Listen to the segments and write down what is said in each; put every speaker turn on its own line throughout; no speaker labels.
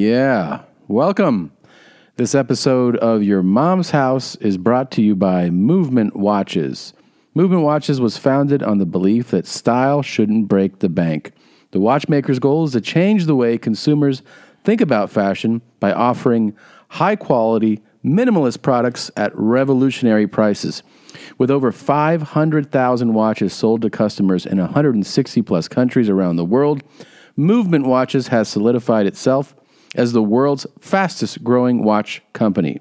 Yeah. Welcome. This episode of Your Mom's House is brought to you by Movement Watches. Movement Watches was founded on the belief that style shouldn't break the bank. The watchmaker's goal is to change the way consumers think about fashion by offering high quality, minimalist products at revolutionary prices. With over 500,000 watches sold to customers in 160 plus countries around the world, Movement Watches has solidified itself as the world's fastest growing watch company.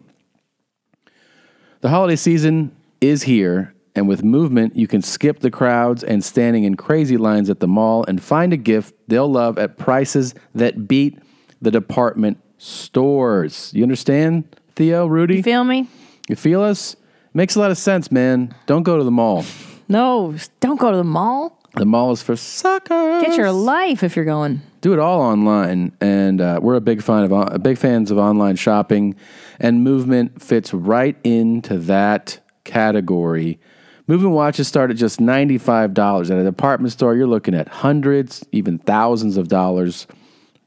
The holiday season is here, and with Movement, you can skip the crowds and standing in crazy lines at the mall and find a gift they'll love at prices that beat the department stores. You understand, Theo, Rudy?
You feel me?
You feel us? Makes a lot of sense, man. Don't go to the mall.
No, don't go to the mall.
The mall is for suckers.
Get your life if you're going.
do it all online, and uh, we're a big fan of on- big fans of online shopping, and Movement fits right into that category. Movement watches start at just ninety five dollars at a department store. You're looking at hundreds, even thousands of dollars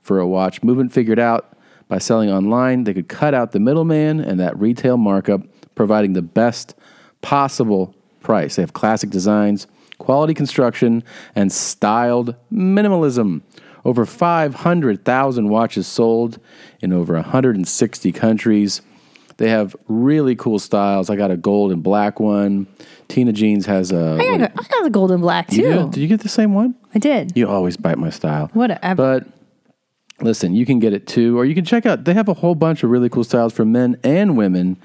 for a watch. Movement figured out by selling online, they could cut out the middleman and that retail markup, providing the best possible price. They have classic designs, quality construction, and styled minimalism. Over 500,000 watches sold in over 160 countries. They have really cool styles. I got a gold and black one. Tina Jeans has a.
I got, I got the golden black
You
too.
do? Did you get the same one?
I did.
You always bite my style.
Whatever.
But listen, you can get it too, or you can check out, they have a whole bunch of really cool styles for men and women.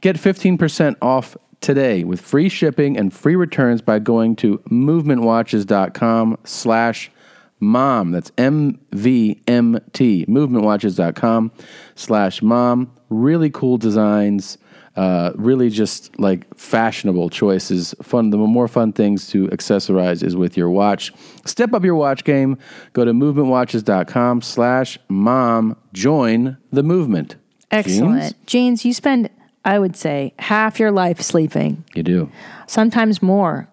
Get 15% off today with free shipping and free returns by going to movementwatches.com slash mom. That's M-V-M-T, movementwatches.com slash mom. Really cool designs. Uh, really just like fashionable choices. Fun. The more fun things to accessorize is with your watch. Step up your watch game. Go to movementwatches.com slash mom. Join the movement. Jeans?
Excellent. Jeans, you spend, I would say, half your life sleeping,
You do.
sometimes more.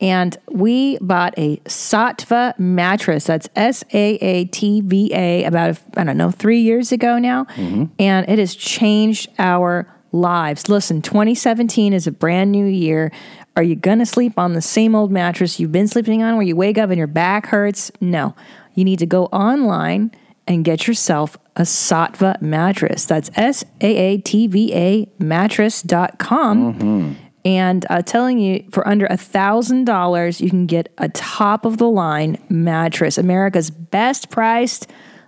And we bought a Sattva mattress. That's S A A T V A, about, I don't know, three years ago now. And it has changed our lives. Listen, 2017 is a brand new year. Are you going to sleep on the same old mattress you've been sleeping on where you wake up and your back hurts? No. You need to go online and get yourself a Sattva mattress. That's S A A T V A mattress.com. And uh, telling you for under a thousand dollars, you can get a top of the line mattress, America's best priced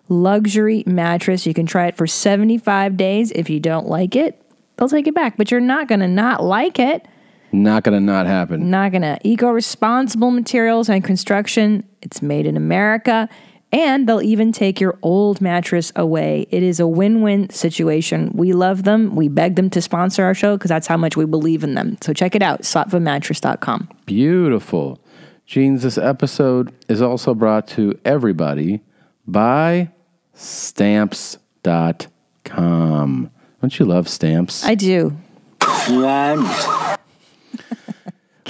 luxury mattress. You can try it for 75 days. If you don't like it, they'll take it back, but you're not going to not like it.
Not gonna not happen.
Not going to. Eco responsible materials and construction. It's made in America. And they'll even take your old mattress away. It is a win win situation. We love them. We beg them to sponsor our show because that's how much we believe in them. So check it out, slotvamattress.com.
Beautiful. Jeans, this episode is also brought to everybody by stamps.com. Don't you love stamps?
I do.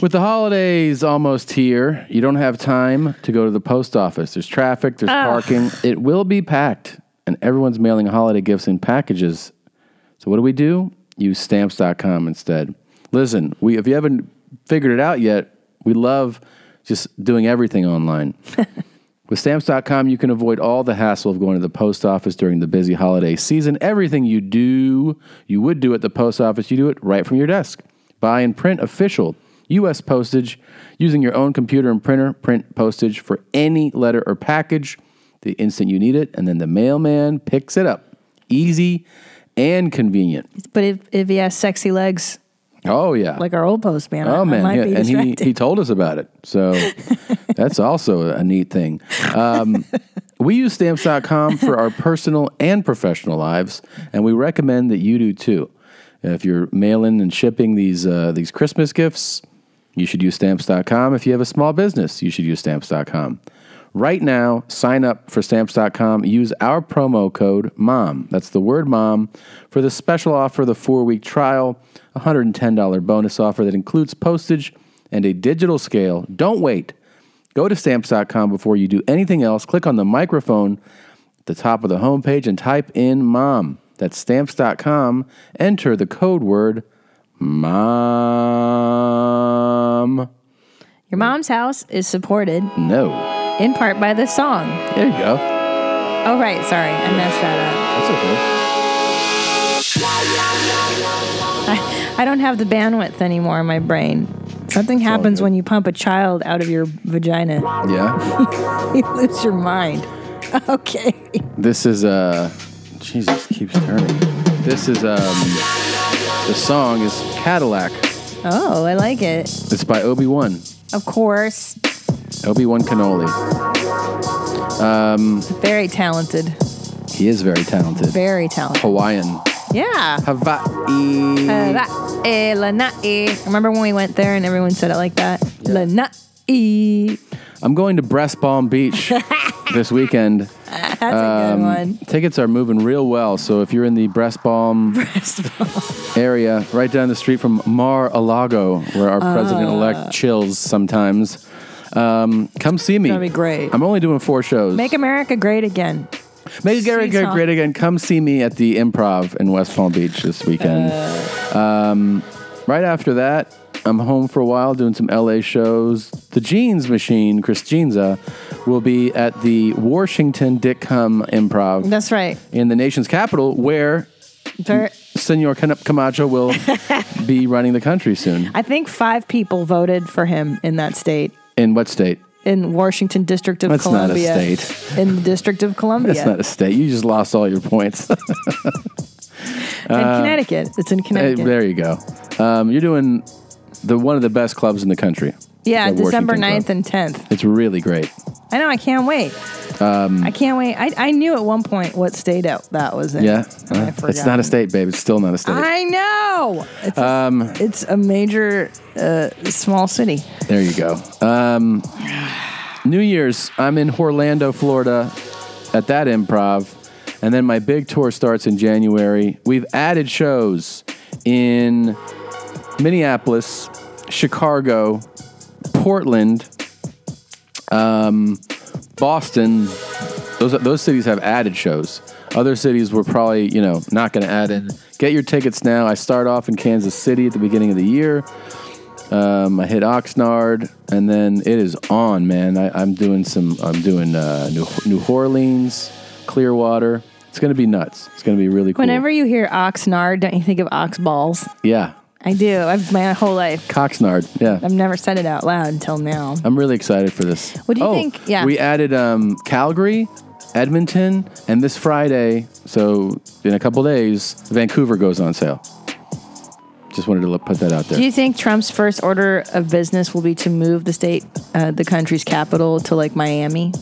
With the holidays almost here, you don't have time to go to the post office. There's traffic, there's parking. It will be packed, and everyone's mailing holiday gifts in packages. So, what do we do? Use stamps.com instead. Listen, we, if you haven't figured it out yet, we love just doing everything online. With stamps.com, you can avoid all the hassle of going to the post office during the busy holiday season. Everything you do, you would do at the post office, you do it right from your desk. Buy and print official U.S. postage using your own computer and printer. Print postage for any letter or package the instant you need it, and then the mailman picks it up. Easy and convenient.
But if, if he has sexy legs
Oh, yeah.
like our old postman, I,
Oh
I
man,
might
yeah,
be
and he,
distracted.
he told us about it. So that's also a neat thing. Um, we use stamps.com for our personal and professional lives, and we recommend that you do too. If you're mailing and shipping these uh, these Christmas gifts, you should use stamps.com. If you have a small business, you should use stamps.com. Right now, sign up for stamps.com. Use our promo code MOM. That's the word MOM for the special offer, the four week trial, $110 bonus offer that includes postage and a digital scale. Don't wait. Go to stamps.com before you do anything else. Click on the microphone the top of the homepage and type in mom. That's stamps.com. Enter the code word mom.
Your mom's house is supported
No.
in part by this song.
There you go.
Oh, right. Sorry. I messed that
That's okay.
up. I don't have the bandwidth anymore in my brain. Something happens
good.
when you pump a child out of your vagina.
Yeah.
You lose your mind. Okay.
This is uh Jesus keeps turning. This is um the song is Cadillac.
Oh, I like it.
It's by Obi-Wan.
Of course.
Obi-Wan Cannoli.
Very talented.
He is very talented.
Very talented.
Hawaiian.
Yeah.
Hawaii.
Uh, that- eh, Lanai. Remember when we went there and everyone said it like that? eh. Lanai.
I'm going to Breast Palm Beach this weekend. Um,
That's a good one.
Tickets are moving real well, so if you're in the Breast Palm area, right down the street from Mar-a-Lago, where our
Ah.
president-elect chills sometimes, um, come see me.
That'd be great.
I'm only doing four shows.
Make America great again.
Make Gary
Seesaw.
great again. Come see me at the Improv in West Palm Beach this weekend.
Uh.
um, right after that, I'm home for a while doing some LA shows. The Jeans Machine, Chris Jeansa, will be at the Washington Dickham Improv
That's right.
in the nation's capital, where
Ver-
Senor Can- Camacho will be running the country soon.
I think five people voted for him in that state,
In what state?
in Washington District of
That's not a
Columbia.
state.
In the District of Columbia.
That's not a state. You just lost all your points.
in
Uh,
Connecticut. It's in
Hey,
Connecticut.
there you go. Um, you're doing the one of the best clubs in the country.
yeah,
The
December
Washington
9th
Club.
and 10th.
It's really great. Um,
I know, I can't wait. I can't wait. I, I knew at one point what state out that was in.
Yeah.
and I
Uh,
forgot.
it's not a state, babe. It's still not a state. Um,
I know. It's, a, it's a major uh, small city.
there you go. Um, New Year's, I'm in Orlando, Florida at that improv. And then my big tour starts in January. We've added shows in Minneapolis, Chicago, Portland, Um, Boston, those those cities have added shows. Other cities were probably you know not going to add in. Get your tickets now. I start off in Kansas City at the beginning of the year. Um, I hit Oxnard, and then it is on, man. I, I'm doing some. I'm doing uh, New New Orleans, Clearwater. It's going to be nuts. It's going to be really cool.
Whenever you hear Oxnard, don't you think of ox balls?
yeah,
I do. I've my whole life.
Coxnard. Yeah,
I've never said it out loud until now.
I'm really excited for this.
What do you
Oh,
think- yeah.
we added um, Calgary, Edmonton, and this Friday. So in a couple days, Vancouver goes on sale. Just wanted to l- put that out there.
Do you think Trump's first order of business will be to move the state, uh, the country's capital, to like Miami,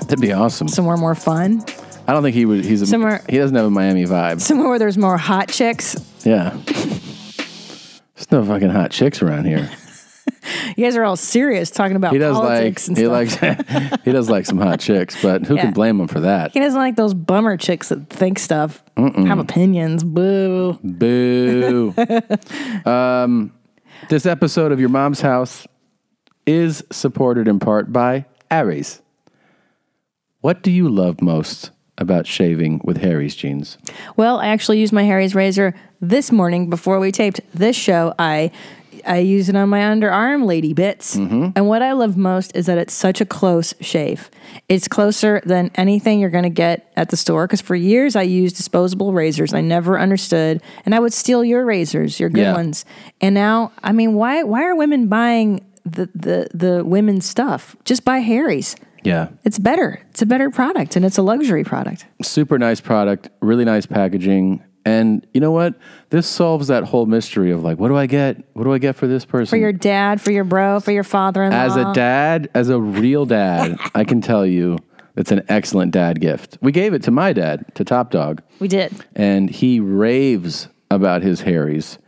That'd be awesome.
somewhere more fun,
I don't think he would. He's a,
Somewhere-
He doesn't have a Miami vibe.
somewhere where there's more hot chicks?
Yeah. There's no fucking hot chicks around here.
You guys are all serious talking about
He does like
politics and
he
stuff.
likes he does like some hot chicks, but who
Yeah.
can blame him for that?
he doesn't like those bummer chicks that think stuff, have opinions. Boo.
Boo. um, this episode of Your Mom's House is supported in part by Aries. What do you love most about shaving with Harry's jeans?
Well, I actually used my Harry's razor this morning before we taped this show. I I use it on my underarm lady bits. And what I love most is that it's such a close shave. It's closer than anything you're going to get at the store cuz for years I used disposable razors. I never understood and I would steal your razors, your good
Yeah.
ones. And now, I mean, why why are women buying the the the women's stuff? Just buy Harry's.
Yeah.
It's better. It's a better product and it's a luxury product.
Super nice product, really nice packaging. And you know what? This solves that whole mystery of like, what do I get? What do I get for this person?
for your dad, for your bro, for your father-in-law.
As a dad, as a real dad, I can tell you it's an excellent dad gift. We gave it to my dad, to Top Dog.
we did.
and he raves about his Harry's.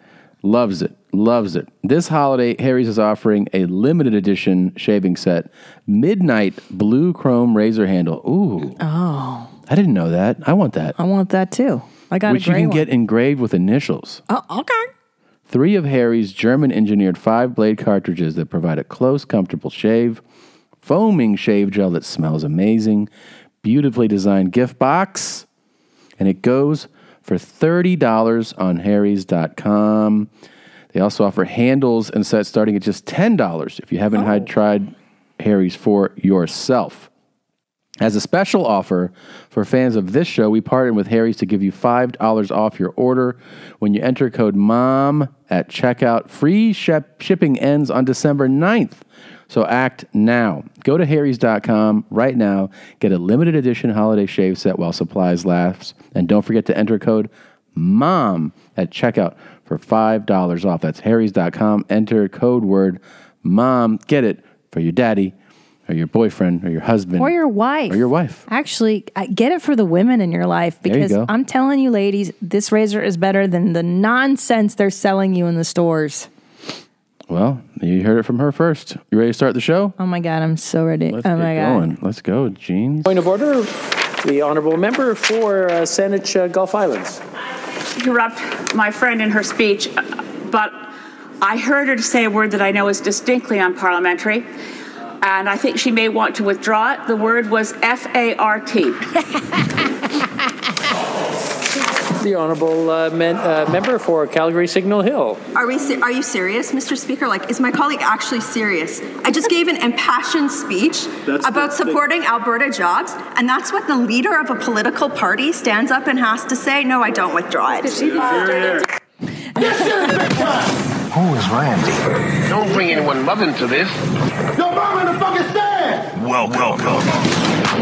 Loves it. Loves it. This holiday, Harry's is offering a limited edition shaving set, midnight blue chrome razor handle. Ooh. Oh. I didn't know that. I want that.
I want that too. I got
Which
a
you
gray
can
one.
get engraved with initials.
Oh, okay.
Three of Harry's German engineered five blade cartridges that provide a close, comfortable shave, foaming shave gel that smells amazing, beautifully designed gift box, and it goes for $30 on harrys.com. They also offer handles and sets starting at just $10 if you haven't had tried Harry's for yourself. As a special offer for fans of this show, we partnered with Harry's to give you $5 off your order when you enter code MOM at checkout. Free ship- shipping ends on December 9th, so act now. Go to harrys.com right now, get a limited edition holiday shave set while supplies last, and don't forget to enter code MOM at checkout for $5 off. That's harrys.com. Enter code word MOM. Get it for your daddy or your boyfriend or your husband
Or your wife.
or your wife.
Actually, I- get it for the women in your life
you
because
go.
I'm telling you, ladies, this razor is better than the nonsense they're selling you in the stores.
Well, you heard it from her first. You ready to start the show?
Oh my God, I'm so ready.
Let's
oh
get
my God.
going. Let's go, Gene.
Point of order, the honourable member for uh, Saanich uh, Gulf Islands.
interrupt my friend in her speech, but I heard her say a word that I know is distinctly unparliamentary, and I think she may want to withdraw it. The word was F A R T.
The honourable uh, men, uh, member for Calgary Signal Hill.
Are we? se- Are you serious, Mr. Speaker? Like, is my colleague actually serious? I just gave an impassioned speech
That's
about
the thing.
supporting Alberta jobs, and that's what the leader of a political party stands up and has to say. No, I don't withdraw it.
Who is Randy?
Don't bring anyone mother into this.
Your mom in the fucking stand!
Welcome.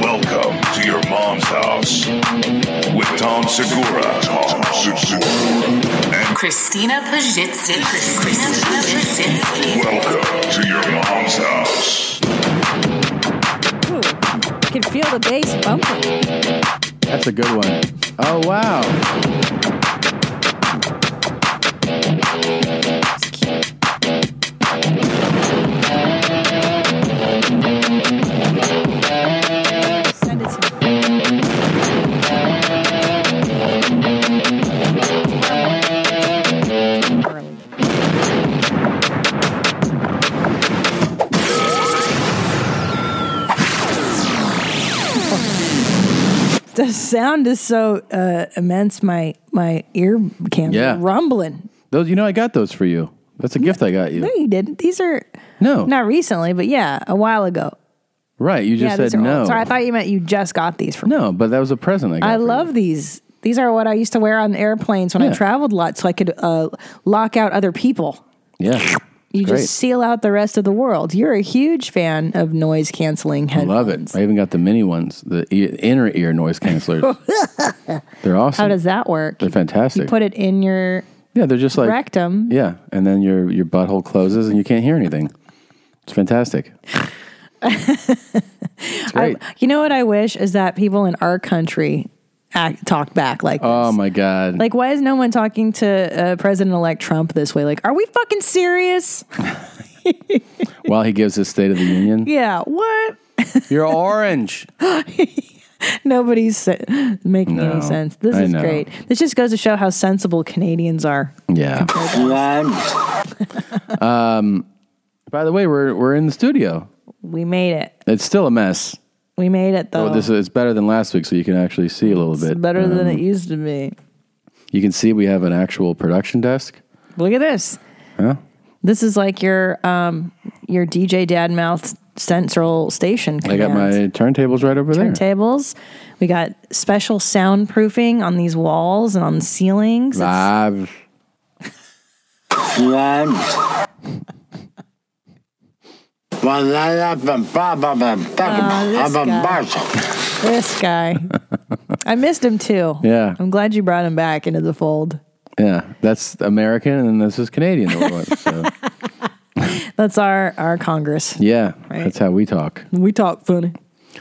Welcome to your mom's house with Tom Segura. Tom Segura. And
Christina Pajitsky. Christina Pajitsky.
welcome to your mom's house.
Ooh, I can feel the bass bumping.
That's a good one. Oh wow.
Send it to me. The sound is so uh, immense. My my ear cams
Yeah.
are rumbling.
Those you know I got those for you. That's a gift I got you.
No, you didn't. These are
No.
not recently, but yeah, a while ago.
Right, you just
yeah, these
said
are
no.
Old. Sorry, I thought you meant you just got these from.
no, but that was a present I got.
I
for you.
love these. These are what I used to wear on airplanes when
Yeah.
I traveled a lot, so I could uh, lock out other people.
Yeah.
You
Great.
just seal out the rest of the world. You're a huge fan of noise canceling
I
headphones.
love it. I even got the mini ones, the e- inner ear noise cancelers. they're awesome.
How does that work?
They're fantastic.
You put it in your
yeah, they're just like
rectum.
Yeah, and then your your butthole closes and you can't hear anything. It's fantastic. it's great.
You know what I wish is that people in our country act, talk back like
oh
this.
my god.
Like, why is no one talking to uh, President-elect Trump this way? Like, are we fucking serious?
Mm-hmm. While he gives his State of the Union,
Yeah, what?
you're orange.
Nobody's se- making
No,
any sense. This
I
is
know.
great. This just goes to show how sensible Canadians are.
Yeah. Um, By the way, we're we're in the studio.
We made it.
It's still a mess.
We made it though.
Oh, this is it's better than last week, so you can actually see a little
it's
bit.
better
Um,
than it used to be.
you can see we have an actual production desk.
Look at this.
Huh?
This is like your um your DJ Dadmouth Central Station.
I got my
command.
turntables right over there.
turntables. We got special soundproofing on these walls and on the ceilings. It's-
Live.
This guy. I missed him too.
Yeah.
I'm glad you brought him back into the fold.
Yeah, that's American, and this is Canadian. that we're with, so.
That's our our Congress.
Yeah,
Right.
that's how we talk.
We talk funny.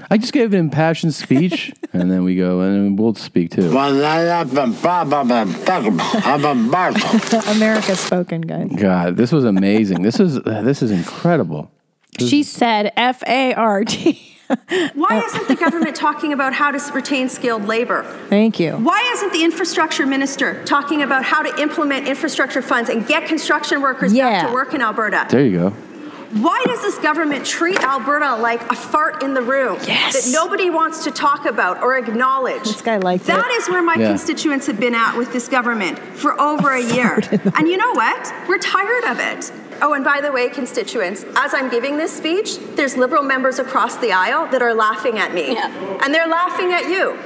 I just gave an impassioned speech, and then we go and we'll speak too.
America spoken, guys.
God, this was amazing. this is uh, this is incredible.
She said F A R T.
Why isn't the government talking about how to s- retain skilled labor?
Thank you.
Why isn't the infrastructure minister talking about how to implement infrastructure funds and get construction workers
Yeah.
back to work in Alberta?
There you go.
Why does this government treat Alberta like a fart in the room
Yes.
that nobody wants to talk about or acknowledge?
This guy likes
That
it.
is where my
Yeah.
constituents have been at with this government for over a year. And you know what? We're tired of it. Oh, and by the way, constituents, as I'm giving this speech, there's Liberal members across the aisle that are laughing at me.
Yeah.
And they're laughing at you.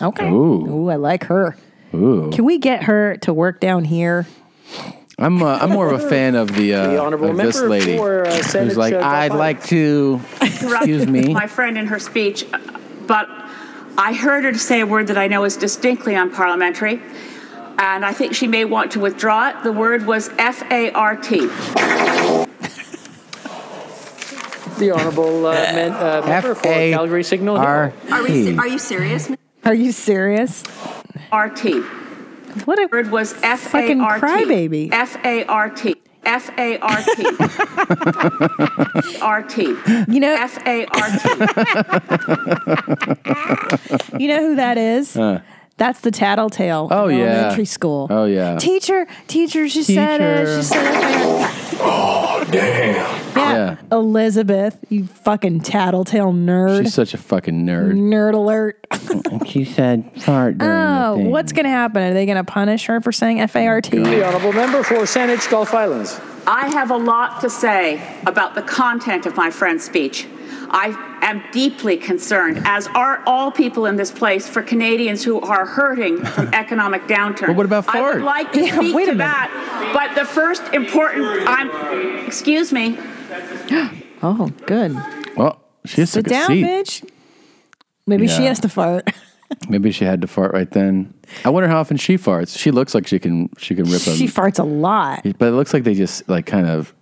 Okay.
Ooh.
Ooh, I like her.
Ooh.
Can we get her to work down here?
I'm uh, I'm more of a fan of the, uh,
The honorable
of this
member
lady
for, uh, Senate
who's like,
Chair Bob
I'd
Hines."
like to. Excuse me.
my friend in her speech, but I heard her say a word that I know is distinctly unparliamentary, and I think she may want to withdraw it. The word was F A R T.
The honorable uh, men, uh, member
F
for
A
Calgary Signal Hill.
R
Are, we,
E.
are you serious?
Are you serious?
R T.
What a
Word was F A
Fucking
R T.
crybaby.
F A R T. F A R T. R T.
you know
F A R T.
you know who that is. That's the tattletale.
Uh, Oh,
in
yeah.
elementary school.
Oh, yeah.
teacher, teacher, she said it.
Teacher.
She said it.
Oh, damn.
Yeah.
Yeah.
Elizabeth, you fucking tattletale nerd,
She's such a fucking nerd.
nerd alert.
She said fart during
Oh, what's going to happen? Are they going to punish her for saying F A R
Oh,
T?
The honorable member for Saanich Gulf Islands.
I have a lot to say about the content of my friend's speech. I am deeply concerned, as are all people in this place, for Canadians who are hurting from economic downturn.
But what about
I
Ford?
would like to
Yeah,
speak
wait a
to
minute.
that, but the first important, I'm, excuse me,
Oh, good.
Well, she has
Sit
took a
down,
seat.
bitch. Maybe she
Yeah.
has to fart.
Maybe she had to fart right then. I wonder how often she farts. She looks like she can she can rip them.
she farts a lot.
but it looks like they just like kind of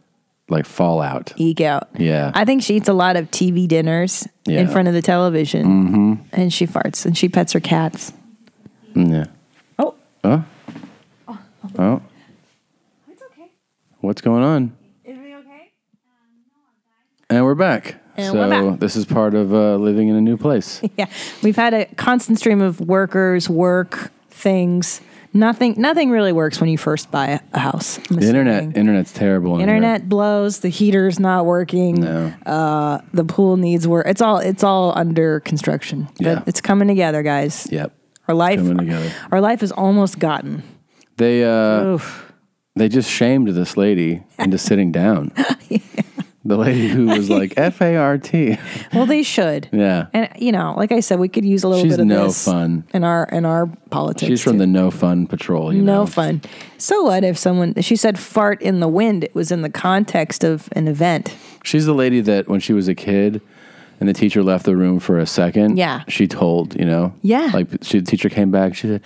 like fall out.
Ego.
Yeah.
I think she eats a lot of TV dinners
Yeah. Mm.
in front of the television,
Mm-hmm.
and she farts and she pets her cats.
Yeah.
Oh,
Huh? Oh. What's going on? And we're back.
And
so
we're back.
this is part of uh, living in a new place.
yeah. We've had a constant stream of workers, work things. Nothing. Nothing really works when you first buy a- a house. I'm
The internet
assuming.
internet's terrible. in here.
Internet blows. The heater's not working. uh,
No.
the pool needs work. It's all it's all under construction.
Yeah.
It's coming together, guys.
Yep.
Our life
coming together.
Our life is almost gotten.
They uh,
Oof.
they just shamed this lady into sitting down. The lady who was like F A R T.
Well, they should.
Yeah.
And you know, like I said, we could use a little
She's
bit of
no
this
fun.
in our in our politics.
She's from
too.
the No Fun Patrol. You
no
know?
fun. So what if someone she said fart in the wind? It was in the context of an event.
She's the lady that when she was a kid and the teacher left the room for a second,
Yeah.
she told, you know?
Yeah.
Like she, the teacher came back, she said,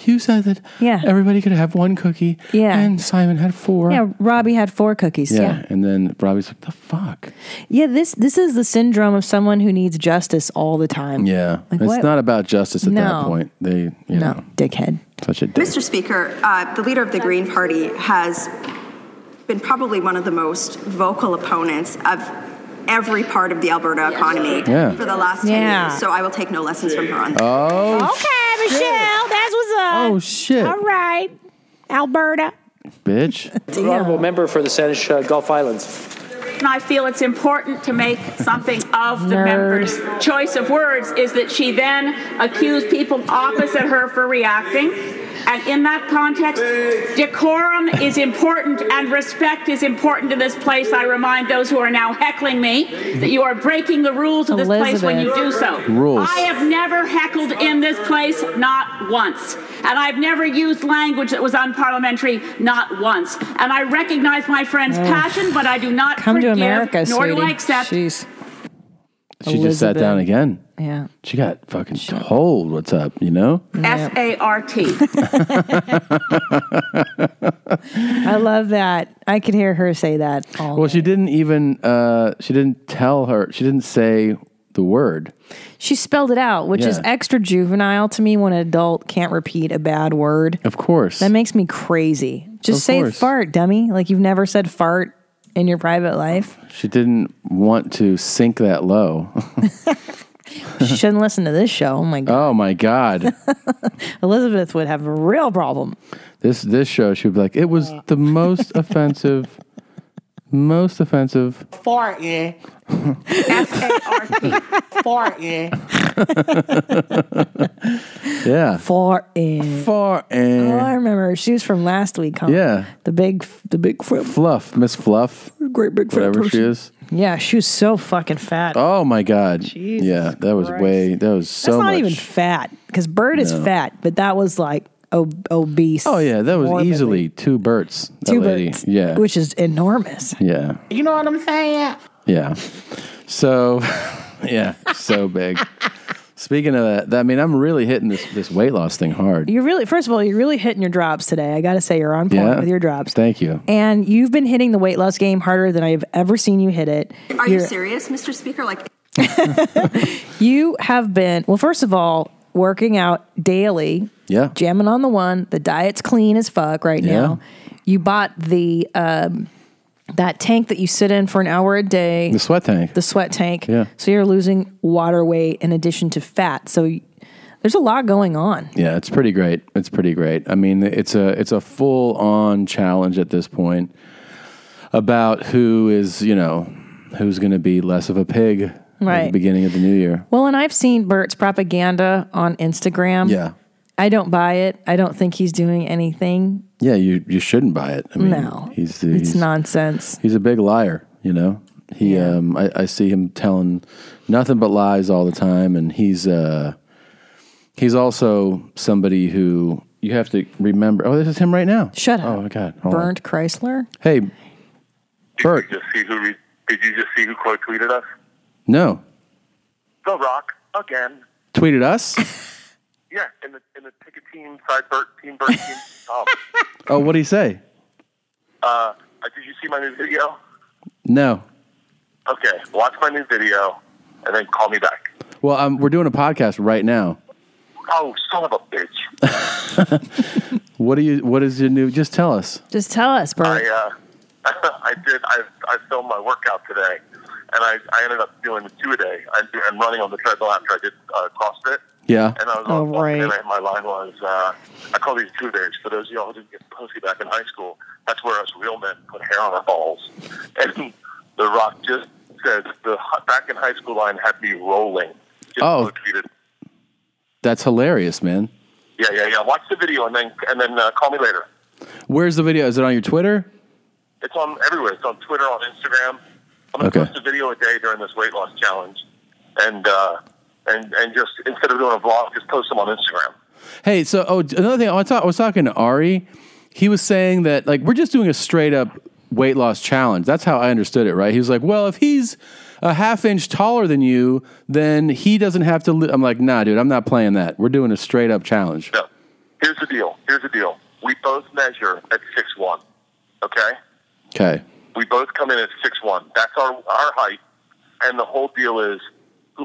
You said that
Yeah.
everybody could have one cookie.
Yeah.
And Simon had four.
Yeah, Robbie had four cookies.
Yeah.
Yeah.
And then Robbie's like, The fuck?
yeah, This this is the syndrome of someone who needs justice all the time.
Yeah.
Like,
it's
what-
not about justice at that
No.
point. They you
No,
know
dickhead.
such a dick.
Mr. Speaker, uh, the leader of the Green Party has been probably one of the most vocal opponents of every part of the Alberta economy
Yeah.
for the last 10
Yeah.
years. So I will take no lessons from her on that.
Oh
Okay, Michelle, that's what's up.
Oh, shit.
All right, Alberta.
bitch.
The honorable member for the Saanich uh, Gulf Islands.
and I feel it's important to make something of the
Nerd.
member's choice of words is that she then accused people opposite her for reacting. And in that context, decorum is important and respect is important to this place. I remind those who are now heckling me that you are breaking the rules of this place when you do so.
Rules.
I have never heckled in this place, not once. And I've never used language that was unparliamentary, not once. And I recognize my friend's passion, but I do not
Come
forgive,
to America,
nor
sweetie.
do I accept.
Jeez.
She just sat
Elizabeth.
down again.
Yeah.
She got fucking told what's up, you know?
F A R T.
I love that. I could hear her say that all
Well,
day.
she didn't even uh, she didn't tell her she didn't say the word.
She spelled it out, which is
Yeah.
extra juvenile to me when an adult can't repeat a bad word.
Of course.
That makes me crazy.
Of
Just say
course.
fart, dummy. Like you've never said fart in your private life.
she didn't want to sink that low.
She shouldn't listen to this show. Oh my God.
oh my god.
Elizabeth would have a real problem.
this this show she would be like it was the most offensive Most offensive.
Oh,
Farting. Farting.
Yeah.
Far in.
Far
Oh,
and
I remember. She was from last week, huh?
Yeah.
The big, the big flip.
fluff, Miss Fluff,
Great big flip.
whatever she is.
Yeah, she was so fucking fat.
Oh my God.
Jesus
yeah, that was
Christ.
way. That was so
That's not
much.
even fat because Bird is fat, but that was like ob- obese.
oh yeah, that was
morbidly-
easily two Berts. that
two
lady.
birds.
Yeah.
which is enormous.
yeah.
You know what I'm saying?
Yeah. So, yeah, so big. Speaking of that, that- I mean, I'm really hitting this this weight loss thing hard.
You're really, first of all, you're really hitting your drops today. I got to say, you're on point
Yeah.
with your drops.
Thank you.
And you've been hitting the weight loss game harder than I've ever seen you hit it.
Are you
You're-
serious, Mr. Speaker? Like,
You have been, well, first of all, working out daily,
Yeah.
jamming on the one. The diet's clean as fuck right
Yeah.
now. You bought the, um, that tank that you sit in for an hour a day.
The sweat tank.
the sweat tank.
Yeah.
So you're losing water weight in addition to fat. So y- there's a lot going on.
Yeah, it's pretty great. It's pretty great. I mean, it's a it's a full on challenge at this point about who is you know who's going to be less of a pig at the
Right.
beginning of the new year.
Well, and I've seen Bert's propaganda on Instagram.
Yeah,
I don't buy it. I don't think he's doing anything.
yeah. You you shouldn't buy it. I mean,
no. it's
he's, he's
nonsense.
he's a big liar. You know, he um, I, I see him telling nothing but lies all the time, and he's uh, he's also somebody who you have to remember. Oh, this is him right now.
Shut up.
Oh my god, Hold on.
Bernd Chrysler.
Hey, Bert.
Did you see who? Re- did you just see who quote tweeted us?
No,
The Rock again.
tweeted us.
Yeah, in the in the ticket team side, Bert team, Bert team. Tom.
oh, what would he say?
Uh, did you see my new video?
No.
Okay, watch my new video, and then call me back.
Well, um, we're doing a podcast right now.
Oh, son of a bitch!
What do you? What is your new? Just tell us.
Just tell us, Bert.
I uh, I did. I I filmed my workout today, and I, I ended up doing two a day. I, I'm running on the treadmill after I did uh, CrossFit.
Yeah.
And I was
Oh,
on right.
right.
and I- my line was, uh, I call these two days. For those of y'all who didn't get pussy back in high school, that's where us real men put hair on our balls. And The Rock just said the h- back in high school line had me rolling. Just
Oh.
retweeted.
That's hilarious, man.
Yeah, yeah, yeah. Watch the video and then and then uh, call me later.
Where's the video? Is it on your Twitter?
It's on everywhere. It's on Twitter, on Instagram. I'm gonna
Okay.
post a video a day during this weight loss challenge, and uh, and and just instead of doing a vlog, just post them on Instagram.
Hey, so oh, another thing. I was, talk, I was talking to Ari. He was saying that like we're just doing a straight up weight loss challenge. That's how I understood it, right? He was like, well, if he's a half inch taller than you, then he doesn't have to. Li-. I'm like, nah, dude, I'm not playing that. We're doing a straight up challenge.
No. Here's the deal. Here's the deal. We both measure at six one. Okay?
Okay.
We both come in at six one. That's our our height. And the whole deal is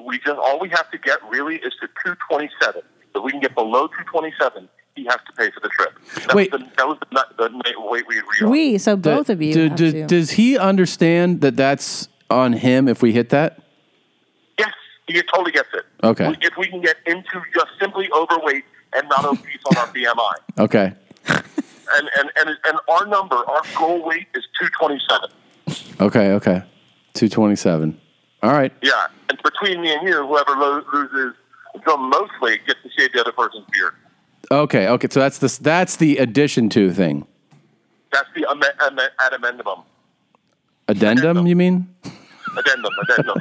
we just all we have to get really is to two twenty seven. If we can get below two twenty seven, he has to pay for the trip. That
Wait.
was the, that was the, nut- the na- weight we agreed on.
we, so both
Do-
of you.
do-
have
do-
to.
Does he understand that that's on him if we hit that?
Yes, he totally gets it.
Okay.
We- If we can get into just simply overweight and not obese on our BMI,
Okay.
and and and, and our number, our goal weight is two twenty seven.
Okay. Okay. 227. All right.
Yeah, and between me and you, whoever lo- loses the most weight gets to shave the other person's beard.
Okay. Okay. So that's the, that's the addition to thing.
That's the am- am- addendum.
Addendum, you mean?
Addendum. Addendum.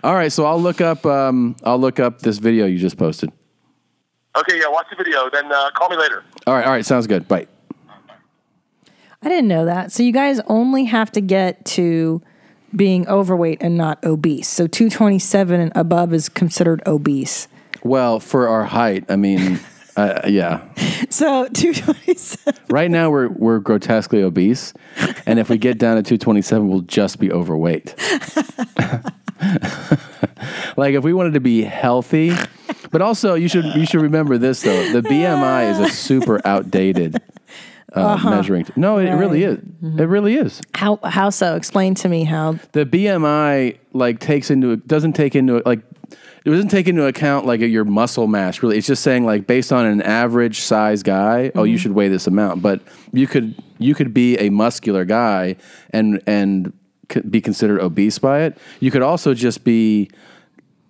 All right. So I'll look up, um, I'll look up this video you just posted.
okay, yeah. Watch the video, then uh, call me later.
All right. All right. Sounds good. Bye.
I didn't know that. So you guys only have to get to being overweight and not obese. So 227 and above is considered obese.
Well, for our height, I mean, uh, yeah.
So 227.
Right now we're, we're grotesquely obese. And if we get down to 227, we'll just be overweight. like if we wanted to be healthy, but also you should, you should remember this though. The BMI is a super outdated uh,
Uh-huh.
measuring. No, it really is. It really is.
How how so? Explain to me how.
the BMI like takes into doesn't take into like it doesn't take into account like your muscle mass really it's just saying like based on an average size guy oh you
Mhm.
should weigh this amount but you could you could be a muscular guy and and c- be considered obese by it you could also just be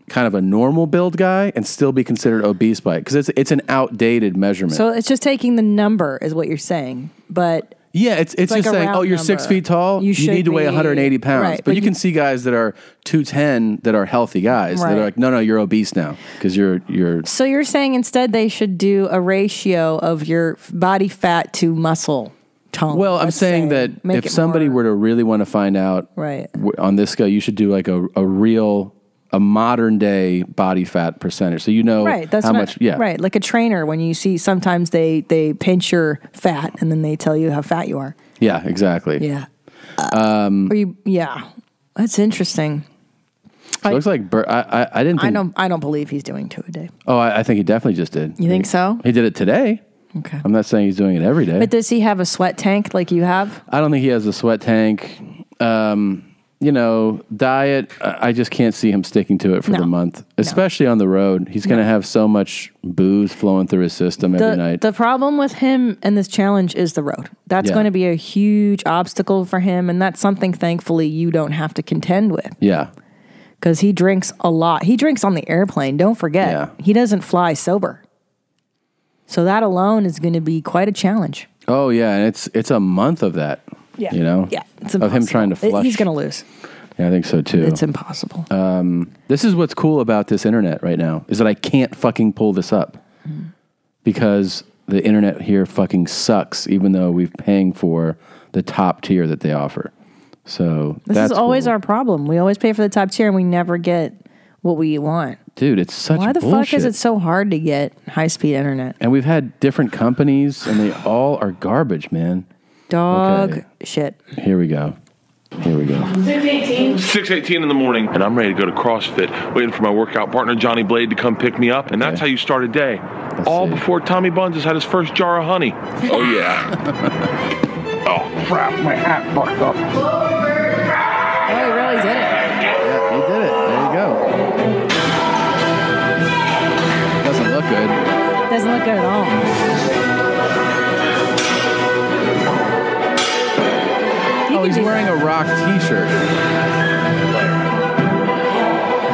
kind of a normal build guy and still be considered obese by it because it's it's an outdated measurement
So it's just taking the number, is what you're saying. But
yeah, it's it's,
like
just
a
saying,
round
oh, you're six
number.
feet tall. You,
should
need to weigh
be-
180 pounds.
Right,
but, you, can see guys that are 210 that are healthy guys that
Right.
are like, no, no, you're obese now because you're you're.
So you're saying instead they should do a ratio of your f- body fat to muscle tone.
Well, I'm saying that
Make
if
it
somebody were to really want to find out
Right.
w- on this scale, you should do like a, a real a modern day body fat percentage, so you know
right. That's
Oh, how
not-
much. Yeah,
Right. Like a trainer when you see sometimes they they pinch your fat and then they tell you how fat you are.
yeah, exactly.
Yeah.
Um,
Or you yeah. That's interesting.
so it looks like Bur- I, I I didn't.
I
Think,
don't I don't believe he's doing two a day.
Oh, I, I think he definitely just did.
You think so?
He did it today.
Okay.
I'm not saying he's doing it every day.
But does he have a sweat tank like you have?
I don't think he has a sweat tank. Um, you know, diet. I I just can't see him sticking to it for the month, especially on the road. He's going to have so much booze flowing through his system every
the,
night.
The problem with him and this challenge is the road. That's
Yeah.
going to be a huge obstacle for him, and that's something thankfully you don't have to contend with
yeah,
because he drinks a lot. He drinks on the airplane. Don't forget, he doesn't fly sober. So that alone is going to be quite a challenge.
Oh yeah, and it's it's a month of that.
Yeah.
you know.
Yeah, it's
of him
impossible.
trying to
It-
flush.
He's going to lose.
Yeah, I think so too.
It's impossible.
Um, this is what's cool about this internet right now is that I can't fucking pull this up
Mm.
because the internet here fucking sucks. Even though we're paying for the top tier that they offer, so
This
that's
is always our problem. We always pay for the top tier and we never get what we want.
dude. It's such
Why the
bullshit.
fuck is it so hard to get high speed internet?
And we've had different companies, and they all are garbage, man.
Dog shit.
Here we go. Here we go.
6:18 in the morning, and I'm ready to go to CrossFit, waiting for my workout partner Johnny Blade to come pick me up, and that's how you start a day. All before Tommy Buns has had his first jar of honey. Oh yeah. oh crap, my hat fucked up.
Oh, he really did it.
Yeah, he did it. There you go. Doesn't look good.
Doesn't look good at all.
oh, he's wearing a rock T-shirt.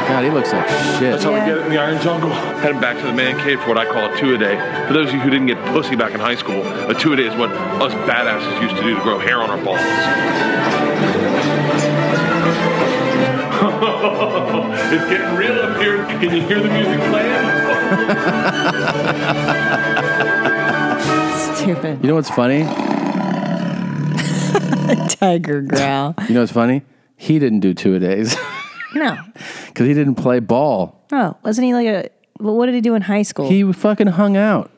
God, he looks like shit.
That's how we get it in the Iron Jungle. Heading back to the man cave for what I call a two a day. For those of you who didn't get pussy back in high school, a two a day is what us badasses used to do to grow hair on our balls. it's getting real up here. Can you hear the music playing?
Stupid.
You know what's funny?
Tiger growl.
You know what's funny? He didn't do two a days
No.
because he didn't play ball.
Oh, wasn't he like a? Well, what did he do in high school?
He fucking hung out.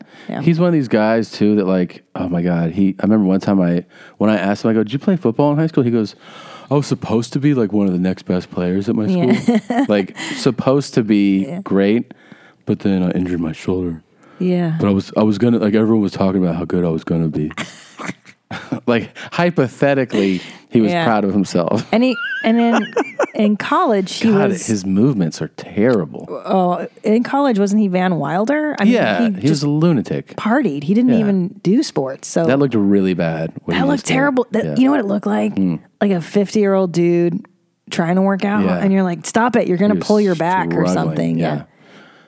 He's one of these guys too that like, oh my god. He I remember one time I when I asked him, I go, "Did you play football in high school?" He goes, "I was supposed to be like one of the next best players at my
Yeah.
school, like supposed to be great, but then I injured my shoulder.
yeah.
But I was I was gonna like everyone was talking about how good I was gonna be. like hypothetically, he was
Yeah.
proud of himself.
And he and then in college he
God,
was.
his movements are terrible.
oh, in college wasn't he Van Wilder? I mean,
yeah,
he,
he, was
just
a lunatic.
partied. He didn't
Yeah.
even do sports. So
that looked really bad. when
That
he was
looked
there.
terrible. That,
Yeah.
You know what it looked like?
Mm.
Like a fifty-year-old dude trying to work out,
Yeah.
and you're like, "Stop it! You're
He
gonna
was
pull your back or
struggling,
something." Yeah.
yeah.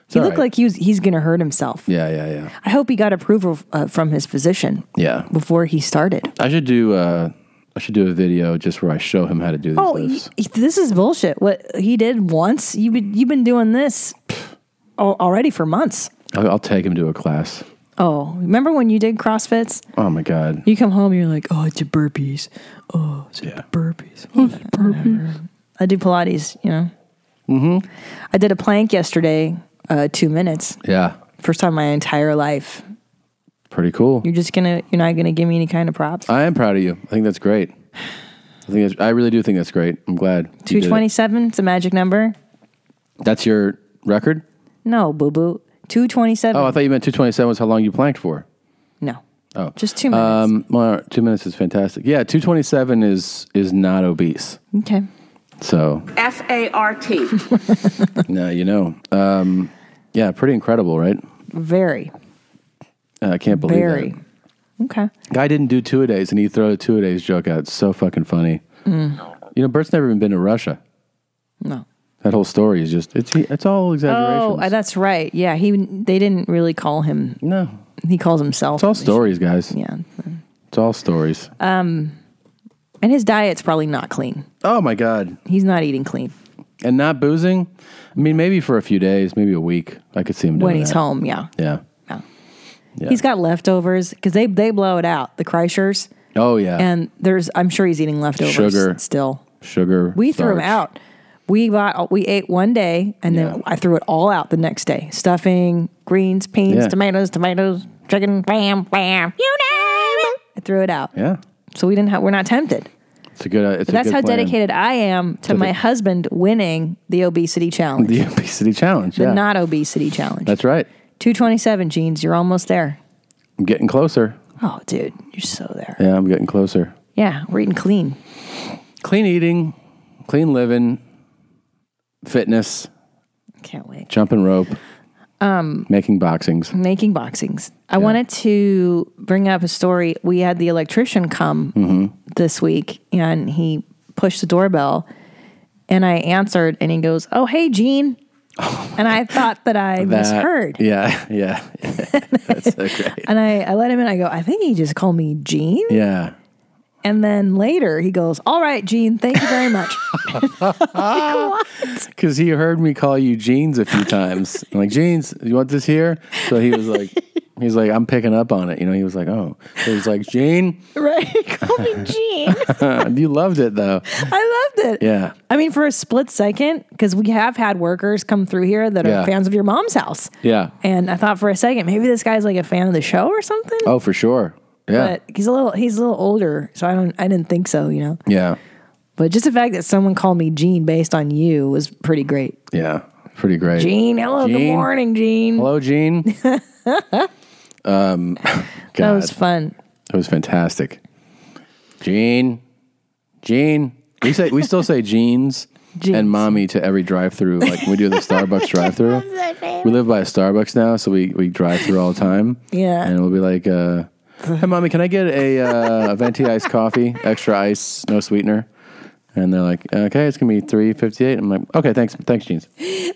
It's
He
all
looked
right.
like he was, he's going to hurt himself.
Yeah, yeah, yeah.
I hope he got approval uh, from his physician
Yeah.
before he started.
I should do uh I should do a video just where I show him how to do these
Oh,
lifts.
y- this is bullshit. What he did once, you've been, you've been doing this al- already for months.
I'll, I'll take him to a class.
Oh, remember when you did CrossFits?
Oh my god.
You come home, you're like, oh, it's your burpees. Oh, it's your burpees. Oh, it's your burpees. I do Pilates, you know. Mm-hmm. I did a plank yesterday, uh, two minutes.
Yeah.
First time in my entire life.
Pretty cool.
You're just gonna, you're not gonna give me any kind of props.
I am proud of you. I think that's great. I think that's, I really do think that's great. I'm glad. you did it.
227, it's a magic number.
That's your record?
No, boo boo. 227.
Oh, I thought you meant 227 was how long you planked for.
no.
Oh.
Just two minutes.
Um, well, 2 minutes is fantastic. Yeah, 227 is is not obese.
Okay.
So
F A R T.
now you know. Um, yeah, pretty incredible, right?
Very.
Uh, I can't believe
Very.
that.
Okay.
Guy didn't do two a days, and he threw a two a days joke out. It's so fucking funny.
Mm.
You know, Bert's never even been to Russia.
No.
That whole story is just it's it's all exaggeration.
Oh, uh, that's right. Yeah, he they didn't really call him.
No,
he calls himself.
It's all stories, guys.
Yeah.
It's all stories.
Um, and his diet's probably not clean.
Oh my god.
He's not eating clean.
And not boozing? I mean, maybe for a few days, maybe a week. I could see him doing
When he's
that.
home, yeah.
Yeah. Yeah.
He's got leftovers because they they blow it out the Kreischers.
Oh yeah.
And there's I'm sure he's eating leftovers.
sugar
still.
Sugar.
We threw them
starch.
out. We bought we ate one day and then I threw it all out the next day. Stuffing, greens, beans,
Yeah.
tomatoes, tomatoes, chicken, bam, bam. You name it. I threw it out.
Yeah.
So we didn't have we're not tempted.
It's a good. uh, It's
But
a
that's
good
how
plan.
dedicated I am to,
To the-
my husband winning the obesity challenge.
The obesity challenge.
The
Yeah.
not obesity challenge.
That's right.
227 jeans, you're almost there.
I'm getting closer.
Oh, dude, you're so there.
Yeah, I'm getting closer.
Yeah, we're eating clean.
Clean eating, clean living, fitness.
Can't wait.
Jumping rope,
Um,
making boxings.
making boxings. I wanted to bring up a story. We had the electrician come
Mm-hmm.
this week and he pushed the doorbell and I answered and he goes, Oh, hey, Gene. and I thought that I
That-
misheard.
Yeah, yeah. That's so great.
And I, I let him in. I go, I think he just called me Gene.
Yeah.
And then later he goes, All right, Gene, thank you very much.
Oh, Because he heard me call you jeans a few times. I'm like, jeans, you want this here? So he was like, he's like, I'm picking up on it. You know, he was like, oh. So he's like, Gene.
right? He called me Gene.
you loved it though.
I loved it.
Yeah.
I mean, for a split second, because we have had workers come through here that are
Yeah.
fans of your mom's house.
Yeah.
And I thought for a second, maybe this guy's like a fan of the show or something.
Oh, for sure. Yeah.
But he's a little he's a little older, so I don't I didn't think so, you know.
yeah.
But just the fact that someone called me Gene based on you was pretty great.
Yeah. Pretty great.
Gene, hello, good
Gene.
morning, Gene.
Hello, Gene. um,
That was fun.
It was fantastic. Gene, Gene. We say we still say jeans, and mommy to every drive-through. Like when we do the Starbucks drive-through. We live by a Starbucks now, so we we drive through all the time.
Yeah.
and we'll be like. Uh, Hey, mommy, can I get a, uh, a venti iced coffee, extra ice, no sweetener? And they're like, okay, it's gonna be three fifty eight. I'm like, okay, thanks, thanks, jeans.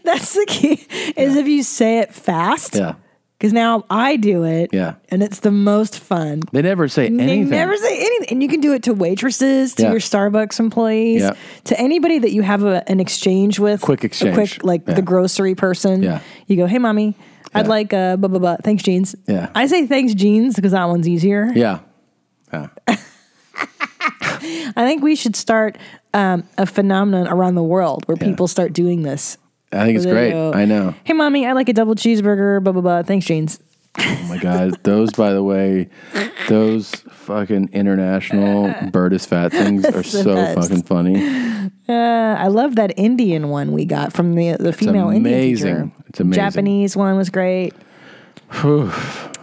That's the key is if you say it fast.
Yeah,
Because now I do it.
yeah.
And it's the most fun.
They never say
And
anything.
They never say anything. And you can do it to waitresses, to
Yeah.
your Starbucks employees,
Yeah.
to anybody that you have a, an exchange with.
Quick
a
exchange.
like
Yeah.
the grocery person.
Yeah.
You go, hey, mommy, I'd like uh, blah, blah, blah. Thanks, jeans.
Yeah.
I say thanks, jeans, because that one's easier.
Yeah, yeah.
I think we should start um, a phenomenon around the world where people start doing this.
I think it's
Where they
great.
go,
I know.
Hey, mommy, I like a double cheeseburger, blah, blah, blah. Thanks, jeans.
Oh my god, those by the way, those fucking international bird is fat things are
That's the
so
best.
fucking funny.
Uh, I love that Indian one we got from the the female Indian
amazing.
teacher.
It's amazing.
Japanese one was great.
Whew.